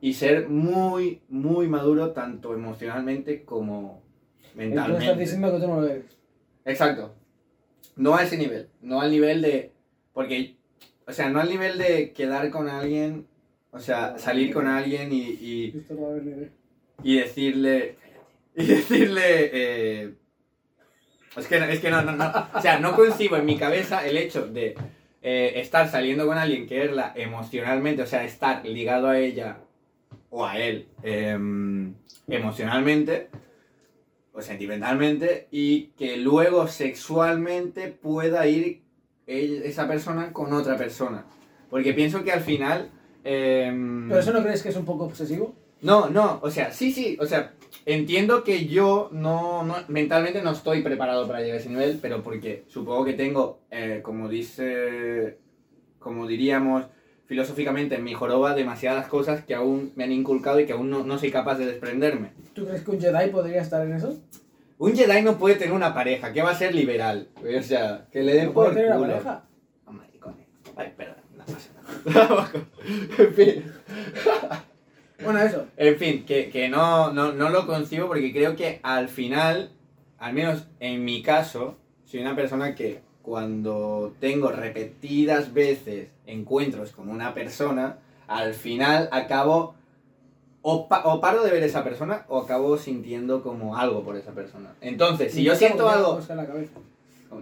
S2: Y ser muy, muy maduro tanto emocionalmente como
S1: Entonces estás
S2: mentalmente.
S1: diciendo que tú no lo eres.
S2: Exacto. No a ese nivel. No al nivel de. Porque. O sea, no al nivel de quedar con alguien. O sea, salir con alguien y. y-
S1: Esto no va a haber nivel.
S2: y decirle. Y decirle. eh, es que, no- es que no, no, no. O sea, no concibo en mi cabeza el hecho de eh, estar saliendo con alguien, quererla emocionalmente, o sea, estar ligado a ella o a él em, emocionalmente o sentimentalmente y que luego sexualmente pueda ir él- esa persona con otra persona. Porque pienso que al final... em,
S1: ¿Pero eso no crees que es un poco obsesivo?
S2: no, no, o sea, sí, sí, o sea, entiendo que yo no, no- mentalmente no estoy preparado para llegar a ese nivel, pero porque supongo que tengo, eh, como dice, como diríamos filosóficamente en mi joroba, demasiadas cosas que aún me han inculcado y que aún no, no soy capaz de desprenderme.
S1: ¿Tú crees que un Jedi podría estar en eso?
S2: Un Jedi no puede tener una pareja, que va a ser liberal, o sea, que le den
S1: ¿No puede
S2: por
S1: tener una
S2: culo.
S1: pareja?
S2: No, maricones. Ay, perdón, no pasa <laughs> nada. en fin.
S1: Bueno, eso.
S2: En fin, que, que no, no, no lo concibo porque creo que al final, al menos en mi caso, soy una persona que cuando tengo repetidas veces encuentros con una persona, al final acabo o, pa- o paro de ver a esa persona o acabo sintiendo como algo por esa persona. Entonces, si yo
S1: Esa
S2: siento
S1: botella
S2: algo...
S1: busca en la cabeza.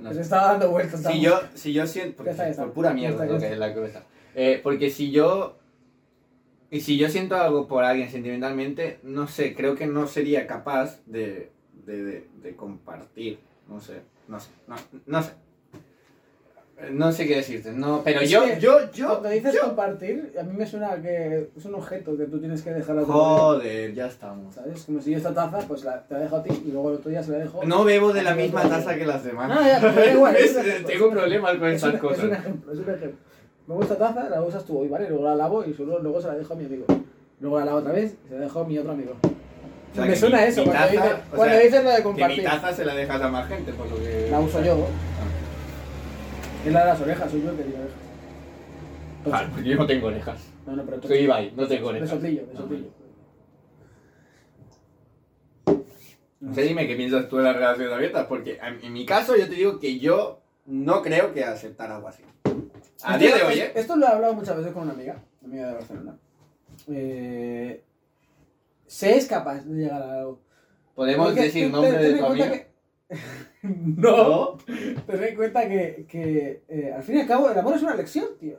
S2: no
S1: Se estaba dando vueltas.
S2: si
S1: vamos.
S2: yo, si yo siento. Porque,
S1: Ya está, ya está.
S2: Por pura
S1: Ya
S2: mierda
S1: está, ya
S2: lo que
S1: está.
S2: es la cabeza. Eh, porque si yo. Y si yo siento algo por alguien sentimentalmente, no sé, creo que no sería capaz de, de, de- de compartir. No sé, no sé, no, no sé. Eh, No sé qué decirte, no, pero
S1: Es
S2: yo,
S1: que
S2: yo, yo,
S1: Cuando dices
S2: yo-
S1: compartir, a mí me suena a que es un objeto que tú tienes que dejar a otro.
S2: Joder, ya estamos.
S1: ¿Sabes? Como si yo esta taza, pues la, te la dejo a ti y luego el otro día se la dejo.
S2: No bebo de la misma taza que las demás.
S1: No, ya, pero da
S2: <laughs>
S1: igual, es un
S2: Es-
S1: ejemplo,
S2: Tengo
S1: es un-
S2: problemas
S1: es
S2: con
S1: un,
S2: estas
S1: es un
S2: cosas.
S1: ejemplo, es un ejemplo. Me gusta taza, la usas tú hoy, ¿vale? Luego la lavo y solo- luego se la dejo a mi amigo. Luego la lavo otra vez y se la dejo a mi otro amigo.
S2: O sea,
S1: me
S2: que
S1: suena
S2: mi-
S1: eso,
S2: mi
S1: cuando,
S2: taza,
S1: dices,
S2: o
S1: cuando
S2: sea,
S1: dices lo de
S2: Que mi
S1: compartir.
S2: taza se la dejas a más gente, por lo que.
S1: La uso yo.
S2: Ah,
S1: Es la de las orejas, soy yo el que tiene orejas.
S2: Claro, porque Ah, yo no tengo orejas.
S1: No, no, pero tú.
S2: Soy Ibai, no tengo
S1: de
S2: orejas.
S1: sotillo, de
S2: No,
S1: sotillo.
S2: O sea, dime qué piensas tú de las relaciones abiertas, porque en en mi caso yo te digo que yo no creo que aceptar algo así. A
S1: Esto-
S2: día de hoy, ¿eh?
S1: Esto lo he hablado muchas veces con una amiga, una amiga de Barcelona. Eh, se es capaz de llegar a algo.
S2: Podemos
S1: Porque
S2: decir
S1: tú
S2: nombre
S1: ten- ten
S2: de
S1: en
S2: tu
S1: cuenta
S2: amiga.
S1: que- <laughs> no, ten en cuenta que, que eh, al fin y al cabo el amor es una lección, tío.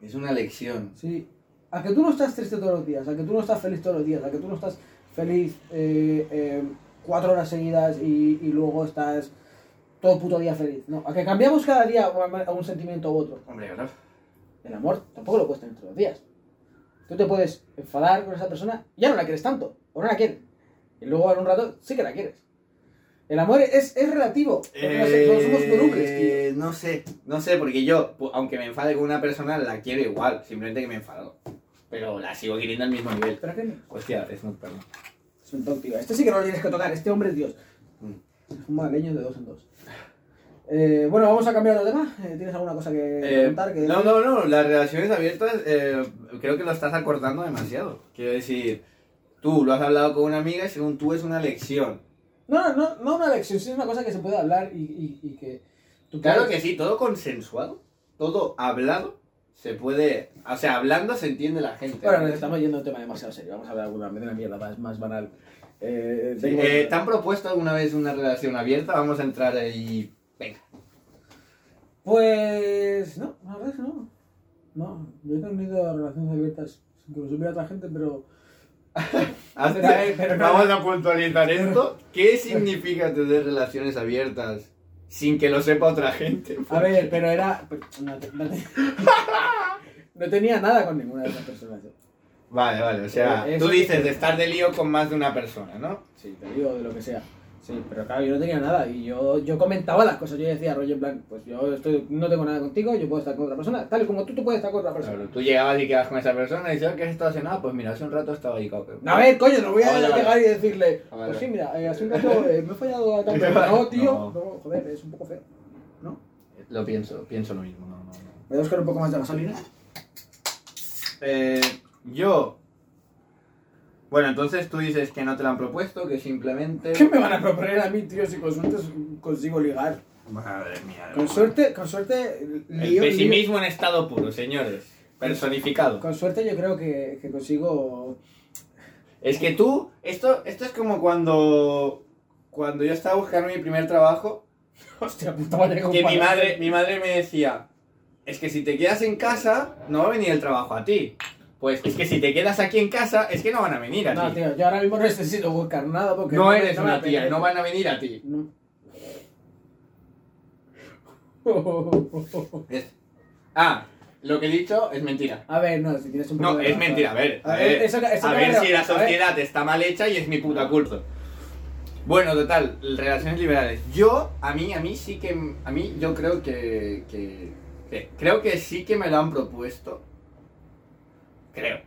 S2: Es una lección.
S1: Sí. A que tú no estás triste todos los días, a que tú no estás feliz todos los días, a que tú no estás feliz eh, eh, cuatro horas seguidas y, y luego estás todo puto día feliz. No, a que cambiamos cada día a a un sentimiento u otro.
S2: Hombre, claro.
S1: El amor tampoco lo puedes tener todos los días. Tú te puedes enfadar con esa persona, ya no la quieres tanto, o no la quieres. Y luego en un rato sí que la quieres. El amor es, es relativo. porque no sé, todos somos volubles, tío.
S2: Eh, no sé, no sé, porque yo, pu- aunque me enfade con una persona, la quiero igual, simplemente que me enfado. Pero la sigo queriendo al mismo nivel.
S1: Pero que
S2: Hostia, es un perdón.
S1: es un tonto, tío. Este sí que no lo tienes que tocar, este hombre es Dios.
S2: Mm.
S1: Es un madrileño de dos en dos. Eh, bueno, vamos a cambiar de tema. Eh, ¿Tienes alguna cosa que
S2: Eh,
S1: contar? Que
S2: no, no, no, las relaciones abiertas eh, creo que lo estás acortando demasiado. Quiero decir, tú lo has hablado con una amiga y según tú es una lección.
S1: no, no, no una lección, sí es una cosa que se puede hablar y, y- y que... tú
S2: Claro
S1: puedes-
S2: que sí, todo consensuado, todo hablado, se puede, o sea, hablando se entiende la gente.
S1: Bueno, nos estamos yendo a un tema demasiado serio. Vamos a hablar alguna vez de una mierda más, más banal. Eh,
S2: Sí,
S1: tengo-
S2: eh, ¿Te han propuesto alguna vez una relación abierta? Vamos a entrar ahí. Venga.
S1: Pues no, la verdad es que no. No, yo he tenido relaciones abiertas sin que lo supiera otra gente, pero
S2: Hazte-
S1: Pero, eh, pero no-
S2: Vamos a puntualizar esto. ¿Qué significa tener relaciones abiertas sin que lo sepa otra gente?
S1: a ver, pero era pero no, te- no te- <laughs> no tenía nada con ninguna de esas personas. eh.
S2: Vale, vale, o sea,
S1: Eh,
S2: tú
S1: eso-
S2: dices de estar de lío con más de una persona, ¿no?
S1: Sí, te digo de lo que sea. Sí, pero claro, yo no tenía nada y yo, yo comentaba las cosas. Yo decía, rollo, en plan, pues yo estoy, no tengo nada contigo, yo puedo estar con otra persona, tal y como tú, tú puedes estar con otra persona.
S2: Claro, tú llegabas y quedabas con esa persona y dices, "Ah, ¿qué has estado haciendo? Ah, pues mira, hace un rato estaba ahí, cabrón.
S1: A ver, coño, no voy a
S2: Ah, vale, vale.
S1: llegar y decirle,
S2: Ah, vale,
S1: pues sí,
S2: vale.
S1: mira, eh, hace un rato eh, me he fallado a tal persona. No, tío,
S2: <laughs> No.
S1: no. joder, es un poco feo. ¿No?
S2: Lo pienso, pienso lo mismo. No, no, no.
S1: ¿Me a buscar un poco más de gasolina?
S2: Eh, yo. Bueno, entonces tú dices que no te la han propuesto, que simplemente.
S1: ¿Qué me van a proponer a mí, tío, si con suerte consigo ligar?
S2: Madre mía.
S1: Con suerte, con suerte,
S2: El
S1: lío- lío-
S2: pesimismo en estado puro, señores. Personificado.
S1: Con suerte yo creo que, que consigo... <laughs>
S2: Es que tú, esto, esto es como cuando, cuando yo estaba buscando mi primer trabajo,
S1: Hostia puta, vaya
S2: que mi
S1: comparación.
S2: madre, mi madre me decía, es que si te quedas en casa, no va a venir el trabajo a ti. Pues es que si te quedas aquí en casa, es que no van a venir a
S1: No,
S2: ti.
S1: tío, yo ahora mismo no necesito buscar nada porque...
S2: no
S1: me-
S2: eres
S1: me
S2: una tía,
S1: apetece.
S2: no van a venir a ti.
S1: No. <laughs>
S2: <laughs> Es- Ah, lo que he dicho es mentira.
S1: A ver, no, si tienes un poco
S2: No,
S1: de
S2: es
S1: razón.
S2: mentira, a ver. A
S1: A ver,
S2: ver,
S1: eso que- eso
S2: a
S1: que
S2: ver
S1: era-
S2: si la
S1: a ver.
S2: sociedad está mal hecha y es mi puta culpa. Bueno, total, relaciones liberales. Yo, a mí, a mí sí que, a mí yo creo que, que- que- creo que sí que me lo han propuesto. Creo.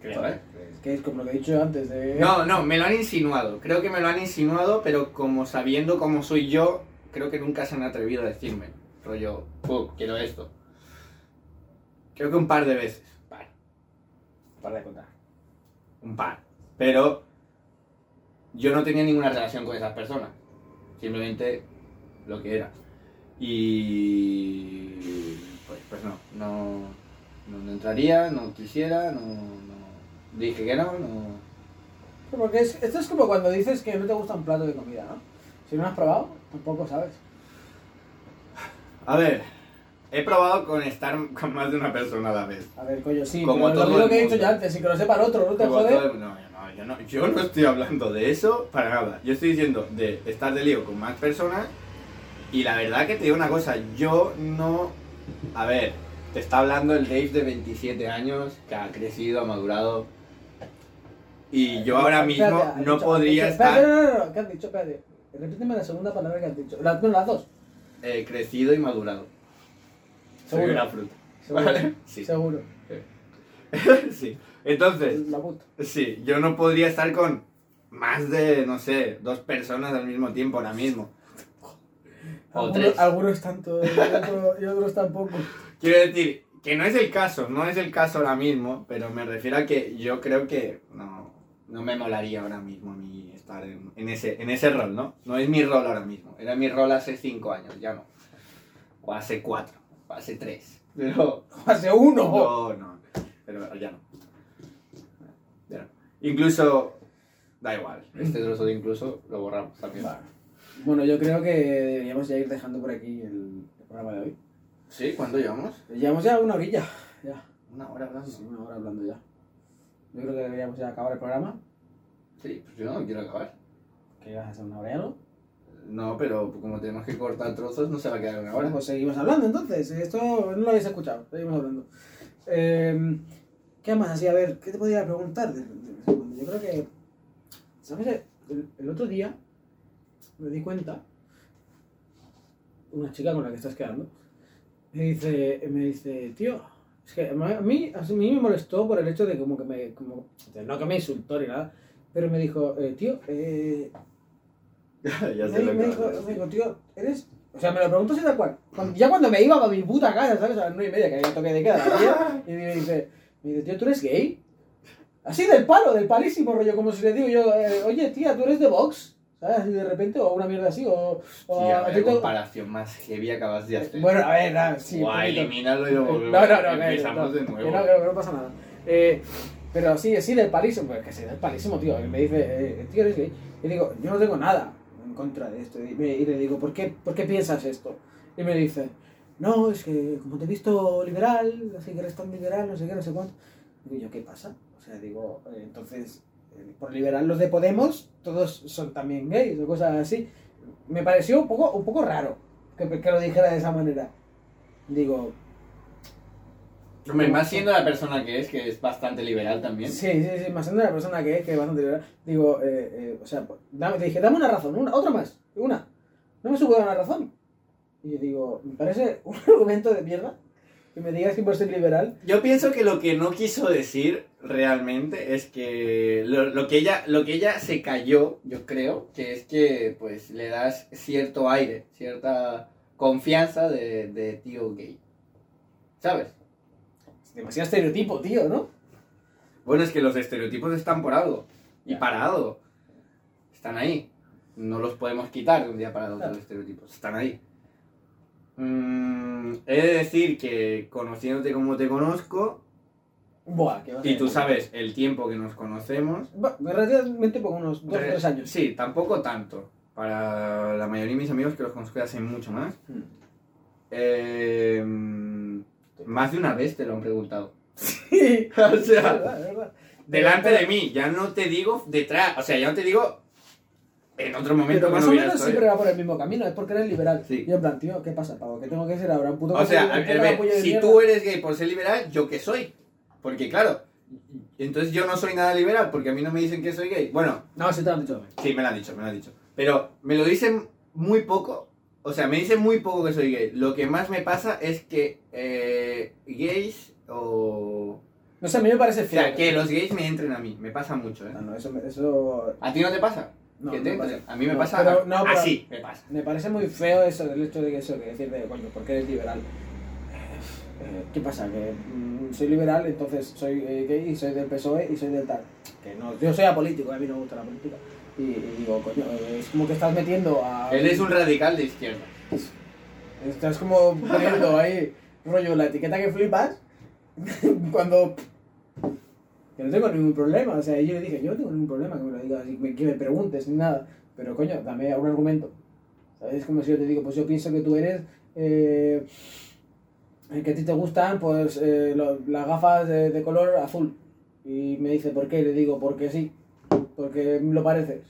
S2: Creo, ¿eh?
S1: Es que es como lo que he dicho antes eh. de...
S2: No, no, me lo han insinuado. Creo que me lo han insinuado, pero como sabiendo cómo soy yo, creo que nunca se han atrevido a decirme. Rollo, "Fu, quiero esto. Creo que un par de veces. Par. Un par de contar. Un par. Pero yo no tenía ninguna relación con esas personas. Simplemente lo que era. Y pues, pues no, no, no, no entraría, no quisiera, no, no- dije que no, no,
S1: Pero Porque es- esto es como cuando dices que no te gusta un plato de comida, ¿no? Si no lo has probado, tampoco sabes.
S2: A ver, he probado con estar con más de una persona a la vez.
S1: A ver, coño, sí,
S2: Como
S1: pero
S2: todo
S1: lo,
S2: el
S1: que he dicho
S2: mundo.
S1: ya antes, y que lo sepa el otro, ¿no te
S2: Como
S1: jode?
S2: todo el- no, yo no, yo no, yo no estoy hablando de eso para nada. Yo estoy diciendo de estar de lío con más personas y la verdad que te digo una cosa, yo no... A ver, te está hablando el Dave de 27 años que ha crecido, ha madurado y yo ahora
S1: Espérate,
S2: mismo
S1: has
S2: no
S1: dicho-
S2: podría
S1: espérate,
S2: estar
S1: Espérate, no, no, no, ¿qué has dicho? Espérate. Repíteme la segunda palabra que has dicho. La, no, las dos.
S2: eh, crecido y madurado. Soy
S1: Seguro.
S2: una fruta.
S1: Seguro.
S2: Sí.
S1: Seguro.
S2: <laughs> sí. Entonces...
S1: La puta.
S2: Sí, yo no podría estar con más de, no sé, dos personas al mismo tiempo ahora mismo. O
S1: Algunos,
S2: tres.
S1: algunos tanto y, otro- y otros tampoco. <laughs>
S2: Quiero decir, que no es el caso, no es el caso ahora mismo, pero me refiero a que yo creo que no, no me molaría ahora mismo a mí estar en, en ese, en ese rol, ¿no? No es mi rol ahora mismo, era mi rol hace cinco años, ya no. O hace cuatro, o hace tres, pero...
S1: Hace uno.
S2: <laughs> No, no. Pero ya no. Ya no. Incluso. Da igual. Este trozo de incluso lo borramos también.
S1: Vale. Bueno, yo creo que deberíamos ya ir dejando por aquí el, el programa de hoy.
S2: ¿Sí? ¿Cuánto llevamos?
S1: Llevamos ya una horilla. Ya.
S2: Una hora hablando.
S1: Sí, una hora hablando ya. Yo creo que deberíamos ya acabar el programa.
S2: Sí, pues yo no quiero acabar.
S1: Que ibas a hacer una hora ya, ¿no?
S2: No, pero como tenemos que cortar trozos, no se va a quedar una
S1: Ahora
S2: hora.
S1: pues seguimos hablando entonces. Esto no lo habéis escuchado. Seguimos hablando. Eh, ¿Qué más así? A ver, ¿qué te podía preguntar? De- de- Yo creo que... ¿Sabes? El, el otro día me di cuenta, una chica con la que estás quedando, me dice, me dice tío, es que a mí, a mí- a mí me molestó por el hecho de como que me... Como, no que me insultó ni nada, pero me dijo, eh, tío, eh,
S2: <laughs> ya
S1: me, me dijo,
S2: acabas de
S1: me
S2: decir.
S1: dijo, tío, eres. O sea, me lo preguntó así tal cual. Cuando- ya cuando me iba para mi puta casa, ¿sabes? A las nueve y media, que había toque de queda. la tía, y me dice, me dice, tío, ¿tú eres gay? Así del palo, del palísimo rollo, como si le digo yo, eh, oye, tía, ¿tú eres de Vox? ¿Sabes? Y de repente, o una mierda así, o. o
S2: Tía, eh,
S1: a
S2: vaya
S1: ti te-
S2: comparación más heavy acabas de hacer.
S1: "Oh, Bueno, a ver, nada, sí. un
S2: Guay,
S1: poquito.
S2: elimínalo y lo
S1: No, no,
S2: volvemos.
S1: no, que-
S2: Empezamos
S1: no,
S2: de
S1: que
S2: nuevo.
S1: no, que no, que no pasa nada. Eh, pero sí, sí, del palísimo, pues que sí, del palísimo, tío. Y me dice, eh, tío, eres gay. Y digo, yo no tengo nada en contra de esto. Y, me- y le digo, ¿por qué, ¿por qué piensas esto? Y me dice, no, es que como te he visto liberal, así que eres tan liberal, no sé qué, no sé cuánto. Y yo, ¿qué pasa? O sea, digo, eh, entonces, eh, por liberal los de Podemos, todos son también gays o cosas así. Me pareció un poco, un poco raro que, que lo dijera de esa manera. Digo,
S2: Hombre, más siendo la persona que es, que es bastante liberal también.
S1: Sí, sí, sí, más siendo la persona que es, que es bastante liberal. Digo, eh, eh, o sea, pues, dame- te dije, dame una razón, una, otra más, una. No me supo dar una razón. Y yo digo, me parece un <laughs> argumento de mierda que me digas que por ser liberal.
S2: Yo pienso que lo que no quiso decir realmente es que lo, lo que ella lo que ella se cayó, yo creo, que es que pues le das cierto aire, cierta confianza de, de tío gay. ¿Sabes?
S1: Es demasiado estereotipo, tío, ¿no?
S2: Bueno, es que los estereotipos están por algo y
S1: Ya.
S2: para algo. Están ahí. No los podemos quitar de un día para el otro los estereotipos. Están ahí. Mm, he de decir que conociéndote como te conozco,
S1: Buah, que vas a
S2: Y tú
S1: decir.
S2: sabes el tiempo que nos conocemos.
S1: Bah, pues, relativamente por unos dos o
S2: Tres-
S1: tres años.
S2: Sí, tampoco tanto. Para la mayoría de mis amigos que los conozco de hace mucho más. <laughs>
S1: Mm.
S2: eh, más de una vez te lo han preguntado.
S1: Sí,
S2: O
S1: es
S2: sea,
S1: verdad, es verdad.
S2: delante de mí, ya no te digo detrás. O sea, ya no te digo en otro momento
S1: Pero
S2: que
S1: más
S2: no
S1: o
S2: hubiera
S1: menos
S2: historia.
S1: siempre va por el mismo camino, es porque eres liberal.
S2: Sí.
S1: Y en plan, tío, ¿qué pasa, pavo? ¿Qué tengo que ser ahora? ¿Un puto
S2: O sea,
S1: capullo-
S2: a- a
S1: un puto
S2: ver,
S1: capullo de
S2: si
S1: mierda?
S2: tú eres gay por ser liberal, ¿yo qué soy? Porque claro, entonces yo no soy nada liberal porque a mí no me dicen que soy gay. Bueno,
S1: No, sí te lo han dicho.
S2: Sí, me lo han dicho, me lo han dicho. Pero me lo dicen muy poco. O sea, me dicen muy poco que soy gay. Lo que más me pasa es que eh, gays o...
S1: No sé, a mí me parece
S2: O
S1: feo.
S2: sea, que los gays me entren a mí. Me pasa mucho, ¿eh?
S1: No, no, eso... me- eso...
S2: ¿A ti no te pasa?
S1: No,
S2: que
S1: no
S2: te
S1: me
S2: entren.
S1: pasa.
S2: A mí me
S1: No,
S2: pasa
S1: pero- no, pero-
S2: así. Me pasa.
S1: Me parece muy feo eso, el hecho de que eso, que decir de, coño, porque eres liberal? Eh, ¿Qué pasa? Que mm, soy liberal, entonces soy eh, gay y soy del PSOE y soy del tal. Que no, yo soy apolítico, a mí no me gusta la política. Y, y digo, coño, eh, es como que estás metiendo a...
S2: Él es un radical de izquierda.
S1: Estás como poniendo ahí, rollo, la etiqueta que flipas, <laughs> cuando... Que no tengo ningún problema, o sea, yo le dije, yo no tengo ningún problema que me lo digas, y que me preguntes, ni nada, pero coño, dame un argumento. ¿Sabes? Es como si yo te digo, pues yo pienso que tú eres... eh, eh, que a ti te gustan, pues, eh, lo- las gafas de, de color azul. Y me dice, ¿por qué? Le digo, porque sí, porque lo pareces.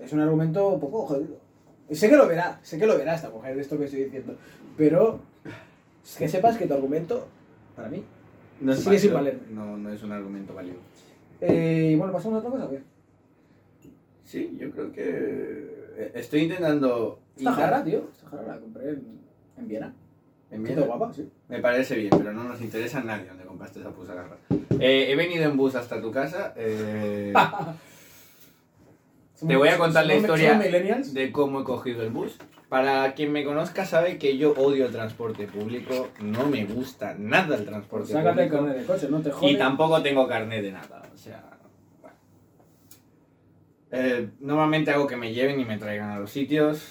S1: Es un argumento un poco jodido. Sé que lo verá, sé que lo verá esta mujer, esto que estoy diciendo. Pero es que sepas que tu argumento, para mí.
S2: No
S1: Sí, es
S2: válido.
S1: invaler-
S2: No, no es un argumento válido.
S1: Eh, y bueno, pasamos a otra cosa. o qué?
S2: Sí, yo creo que... eh, Estoy intentando...
S1: Esta
S2: hilar-
S1: jarra, tío. Esta jarra la compré en, en Viena.
S2: en mi-
S1: Viena guapa, sí.
S2: Me parece bien, pero no nos interesa a nadie donde compraste esa puta garra. Eh, he venido en bus hasta tu casa eh,
S1: Somos-
S2: Te voy a contar la
S1: somos-
S2: historia
S1: somos millennials.
S2: de cómo he cogido el bus. Para quien me conozca sabe que yo odio el transporte público, no me gusta nada el transporte
S1: Pues Sácate el
S2: público
S1: carnet del coche, no te jodas.
S2: y tampoco tengo carnet de nada, o sea... bueno. Eh, normalmente hago que me lleven y me traigan a los sitios.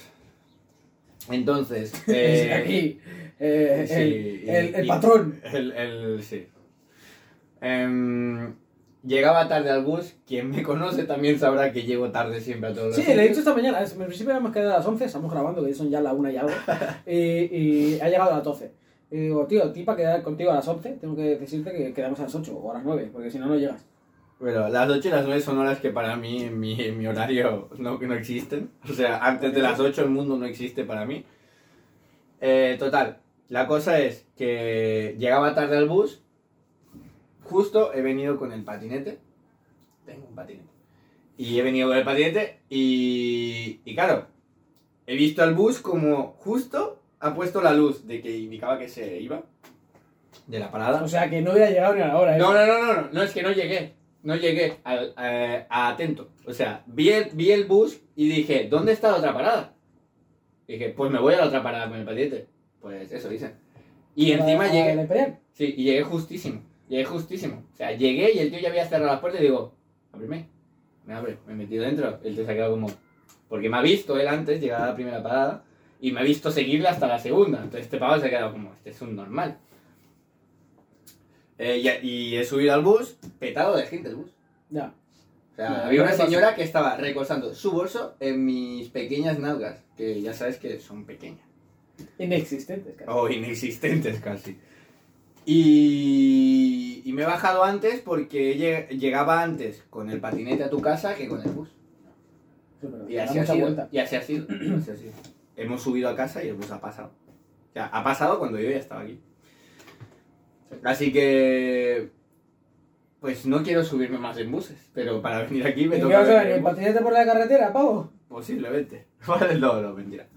S1: <laughs>
S2: Entonces... eh,
S1: aquí. eh,
S2: sí,
S1: el,
S2: y-
S1: el- el
S2: y-
S1: patrón.
S2: El, el- sí. Em, llegaba tarde al bus. Quien me conoce también sabrá que llego tarde siempre a todos los
S1: Sí, le he dicho
S2: sitios.
S1: esta mañana, es- en principio habíamos quedado a las 11, estamos grabando, que son ya la 1 y
S2: <laughs>
S1: algo, y, y ha llegado a las 12. Y digo, tío, ti para quedar contigo a las 11, tengo que decirte que quedamos a las 8 o a las 9, porque si no, no llegas.
S2: Bueno, las 8 y las 9 son horas que para mí en mi, en mi horario no, no existen. O sea, antes de las 8 el mundo no existe para mí. Eh, total, la cosa es que llegaba tarde al bus. Justo he venido con el patinete. Tengo un patinete. Y he venido con el patinete y, y claro, he visto al bus como justo ha puesto la luz de que indicaba que se iba de la parada.
S1: O sea, que no hubiera llegado ni a la hora, ¿eh?
S2: No, no, no, no, no, no, es que no llegué. No llegué al- eh, a atento. O sea, vi el, vi el bus y dije, ¿dónde está la otra parada? Dije, pues me voy a la otra parada con el patinete. Pues eso dicen. Y encima
S1: A- a-
S2: llegué.
S1: a esperar.
S2: Sí, y llegué justísimo. Llegué justísimo. O sea, llegué y el tío ya había cerrado las puertas y digo, ábreme. Me abre, me he metido dentro. El tío se ha quedado como. Porque me ha visto él antes llegar a la primera parada y me ha visto seguirla hasta la segunda. Entonces este pavo se ha quedado como, este es un normal. Eh, y, y he subido al bus, petado de gente el bus.
S1: Ya.
S2: O sea,
S1: No,
S2: había
S1: no
S2: una
S1: me pasó.
S2: señora que estaba recolzando su bolso en mis pequeñas nalgas, que ya sabes que son pequeñas.
S1: Inexistentes, casi.
S2: O inexistentes casi. Y, y me he bajado antes porque lle- llegaba antes con el patinete a tu casa que con el bus.
S1: Eso es verdad.
S2: Y
S1: Da
S2: así, ha
S1: mucha
S2: sido,
S1: vuelta.
S2: y así ha sido. así ha sido. Hemos subido a casa y el bus ha pasado. O sea, ha pasado cuando yo ya estaba aquí. Así que. Pues no quiero subirme más en buses, pero para venir aquí me
S1: ¿Y qué
S2: toca.
S1: vas a
S2: venir
S1: ver?
S2: en
S1: ¿En
S2: bus.
S1: patinete por la carretera, pavo?
S2: Posiblemente. <laughs> Vale, no, no, mentira.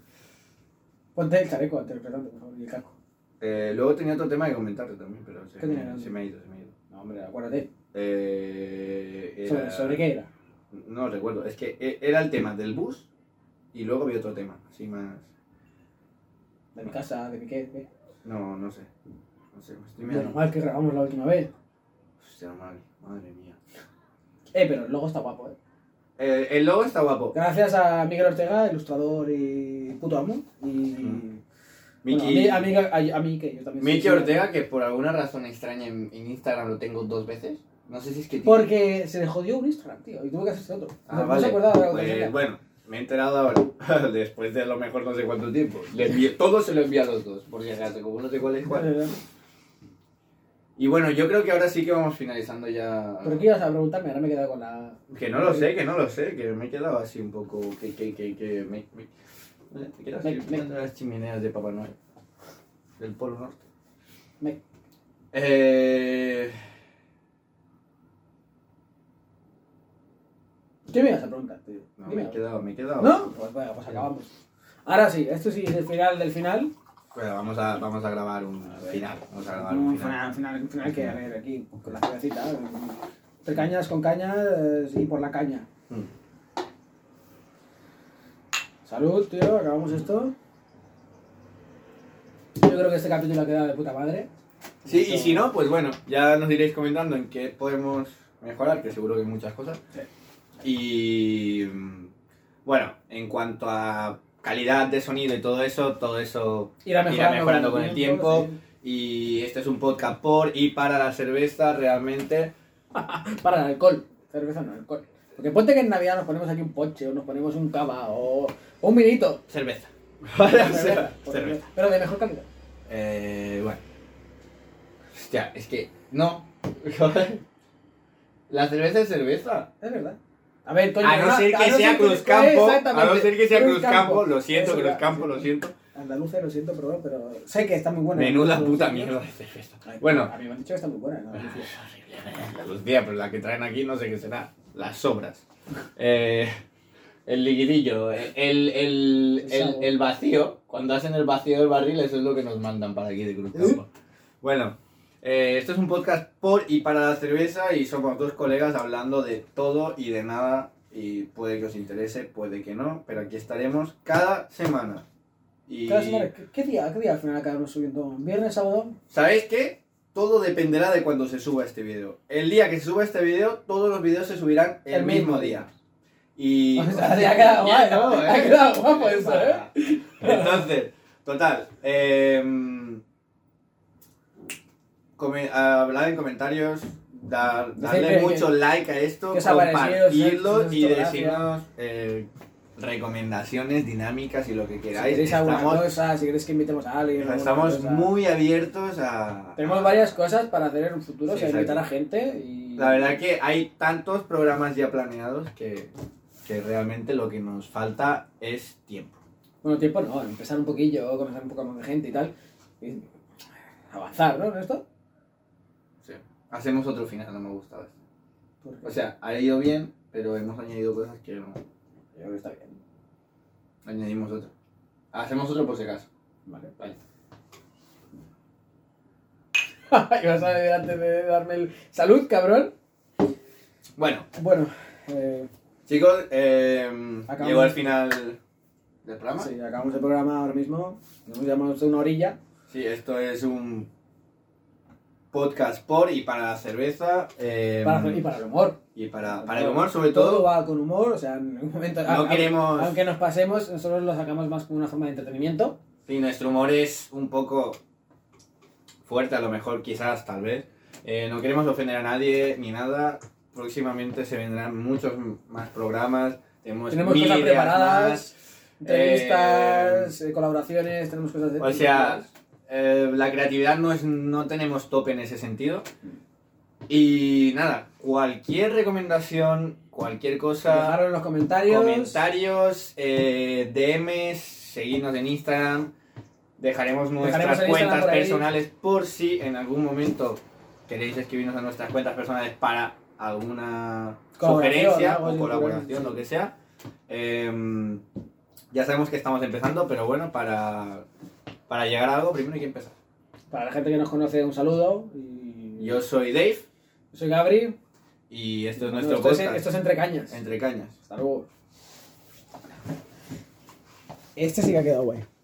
S1: Ponte el chaleco antes del pelotón, por favor, y el casco.
S2: Eh, luego tenía otro tema que comentarte también, pero se,
S1: ¿Qué
S2: me,
S1: tenía?
S2: se me ha ido, se me ha ido. No, hombre, era-
S1: Acuérdate.
S2: Eh, era-
S1: ¿Sobre, sobre qué era?
S2: No recuerdo, es que e- era el tema del bus y luego había otro tema, así más.
S1: ¿De mi casa? ¿De mi qué? qué?
S2: No, no sé. No sé, me estoy
S1: Menos
S2: mirando.
S1: mal que grabamos la última vez.
S2: Hostia, madre, madre mía.
S1: Eh, pero el logo está guapo, eh.
S2: Eh, el logo está guapo.
S1: Gracias a Miguel Ortega, ilustrador y puto amo. Y.
S2: Mm. Miki,
S1: Bueno, a, mí, a, mí, a, a mí que yo también. soy-
S2: Miki Ortega, que por alguna razón extraña en, en Instagram lo tengo dos veces. No sé si es que.
S1: Porque se le jodió un Instagram, tío, y tuvo que hacerse otro.
S2: Ah,
S1: no
S2: vale.
S1: se acordaba de la
S2: Pues,
S1: contraseña.
S2: bueno, me he enterado ahora. <laughs> Después de a lo mejor no sé cuánto tiempo. Le envié- todo se lo envía a los dos, por si acaso, como no sé cuál es cuál. Y bueno, yo creo que ahora sí que vamos finalizando ya.
S1: ¿Pero qué ibas a preguntarme? Ahora me he quedado con la.
S2: Que no lo sé, que no lo sé, que me he quedado así un poco. Que, que, que, que me, me, me he quedado así
S1: Me- me-
S2: mirando las chimeneas de Papá Noel. Del Polo Norte.
S1: Me-
S2: Eh,
S1: ¿Qué me ibas a preguntar, tío?
S2: no,
S1: Dime
S2: me he
S1: algo.
S2: quedado, me he quedado.
S1: ¿No? Pues venga, pues acabamos. Ahora sí, esto sí es el final del final.
S2: Bueno, vamos a, vamos a grabar un
S1: A ver.
S2: final. Vamos a grabar un
S1: Un
S2: final.
S1: final, final, final que a ver aquí, con la cervecita. eh, Entre cañas, con cañas y por la caña.
S2: Mm.
S1: Salud, tío, acabamos esto. Yo creo que este capítulo ha quedado de puta madre.
S2: Sí,
S1: Eso-
S2: y si no, pues bueno, ya nos iréis comentando en qué podemos mejorar, que seguro que hay muchas cosas. Y mm, bueno, en cuanto a calidad de sonido y todo eso, todo eso
S1: Irá mejorando,
S2: mejorando con el tiempo. Y este es un podcast por y para la cerveza realmente.
S1: sí. Para el alcohol. Cerveza no, alcohol. Porque ponte que en Navidad nos ponemos aquí un poche o nos ponemos un cava o, o un vinito.
S2: Cerveza. Vale, <laughs> o sea,
S1: Cerveza, por
S2: cerveza.
S1: ejemplo, Pero de mejor calidad.
S2: Eh, bueno. Hostia, es que no. <laughs> la cerveza es cerveza.
S1: Es verdad. A ver, coño,
S2: A no ser que sea
S1: pues,
S2: Cruzcampo, a no ser que sea Cruzcampo, lo siento,
S1: Eso era,
S2: Cruzcampo, lo
S1: sí.
S2: siento.
S1: Andaluces, lo siento, perdón, pero sé que está muy buena.
S2: Menuda
S1: Pero-
S2: puta mierda de cerveza.
S1: Ay,
S2: Bueno,
S1: A mí me han dicho que está muy buena. ¿no? Andalucía.
S2: la Lucía, pero la que traen aquí no sé qué será. Las sobras. Eh, el liquidillo, el, el,
S1: El
S2: el,
S1: sabor.
S2: el vacío. Cuando hacen el vacío del barril, eso es lo que nos mandan para aquí de Cruz
S1: ¿Eh?
S2: Campo. Bueno, eh, esto es un podcast por y para la cerveza y somos dos colegas hablando de todo y de nada. Y puede que os interese, puede que no, pero aquí estaremos cada semana. Y...
S1: Cada semana, ¿qué, qué día, ¿Qué día al final acabamos subiendo? ¿Viernes, sábado?
S2: ¿Sabéis qué? Todo dependerá de cuando se suba este video. El día que se suba este video, todos los videos se subirán el,
S1: El
S2: mismo,
S1: mismo
S2: día. Y.
S1: O sea,
S2: <laughs>
S1: te ha quedado guay, ¿no?
S2: ¿eh?
S1: Ha quedado guapo eso, ¿eh?
S2: <laughs> Entonces, total. em, come- hablar en comentarios, dar- darle
S1: que-
S2: mucho like a esto,
S1: que os ha parecido,
S2: compartirlo
S1: si- si
S2: y
S1: os hizo
S2: decirnos eh, recomendaciones, dinámicas y lo que
S1: Si
S2: queráis.
S1: queréis alguna
S2: Estamos-
S1: cosa, si queréis que invitemos a alguien. alguna
S2: Estamos
S1: cosa.
S2: muy abiertos a.
S1: Tenemos varias cosas para hacer en un futuro,
S2: Sí,
S1: o sea, invitar
S2: exacto.
S1: a gente y...
S2: La verdad que hay tantos programas ya planeados que, que realmente lo que nos falta es tiempo.
S1: Bueno, tiempo no, empezar un poquillo, conocer un poco más de gente y tal. y avanzar, ¿no? ¿En esto?
S2: Hacemos otro final, no me gustaba esto.
S1: Porque
S2: O sea, ha ido bien, pero hemos añadido cosas que no.
S1: yo creo que está bien.
S2: Añadimos otro. Hacemos otro por si acaso.
S1: Vale. <laughs>
S2: Vale.
S1: Ibas a ver antes de darme el... ¡Salud, cabrón!
S2: Bueno,
S1: Bueno, eh,
S2: chicos, eh,
S1: Acabamos.
S2: llegó el final del programa. Sí.
S1: sí, acabamos el programa ahora mismo. Nos llamamos de una orilla.
S2: esto es un podcast por y para la cerveza. eh,
S1: Para, y para el humor.
S2: y para- para el humor, sobre todo.
S1: va con humor, o sea, en un momento...
S2: No
S1: Ah, aunque-
S2: queremos.
S1: Aunque nos pasemos, nosotros lo sacamos más como una forma de entretenimiento.
S2: Sí, nuestro humor es un poco fuerte, a lo mejor, quizás, tal vez. Eh, no queremos ofender a nadie ni nada. Próximamente se vendrán muchos m- más programas. Tenemos,
S1: tenemos
S2: mil
S1: cosas
S2: ideas
S1: preparadas,
S2: más.
S1: entrevistas, eh, colaboraciones, tenemos cosas de...
S2: O sea, eh, la creatividad no, es, no tenemos tope en ese sentido. Y nada, cualquier recomendación, cualquier cosa,
S1: dejaros en los comentarios.
S2: comentarios, eh, DMs, seguirnos en Instagram. Dejaremos nuestras
S1: Dejaremos el Instagram
S2: cuentas
S1: por ahí.
S2: personales por si en algún momento queréis escribirnos a nuestras cuentas personales para alguna
S1: Colaboración,
S2: sugerencia
S1: algo
S2: o
S1: de-
S2: colaboración, lo que sea. Em, ya sabemos que estamos empezando, pero bueno, para, para llegar a algo primero hay que empezar.
S1: Para la gente que nos conoce, un saludo. Y...
S2: Yo soy Dave
S1: soy Gabri.
S2: y esto es
S1: No,
S2: nuestro
S1: esto, es,
S2: podcast.
S1: esto es Entre Cañas.
S2: Entre cañas.
S1: Hasta luego. Este sí que ha quedado guay.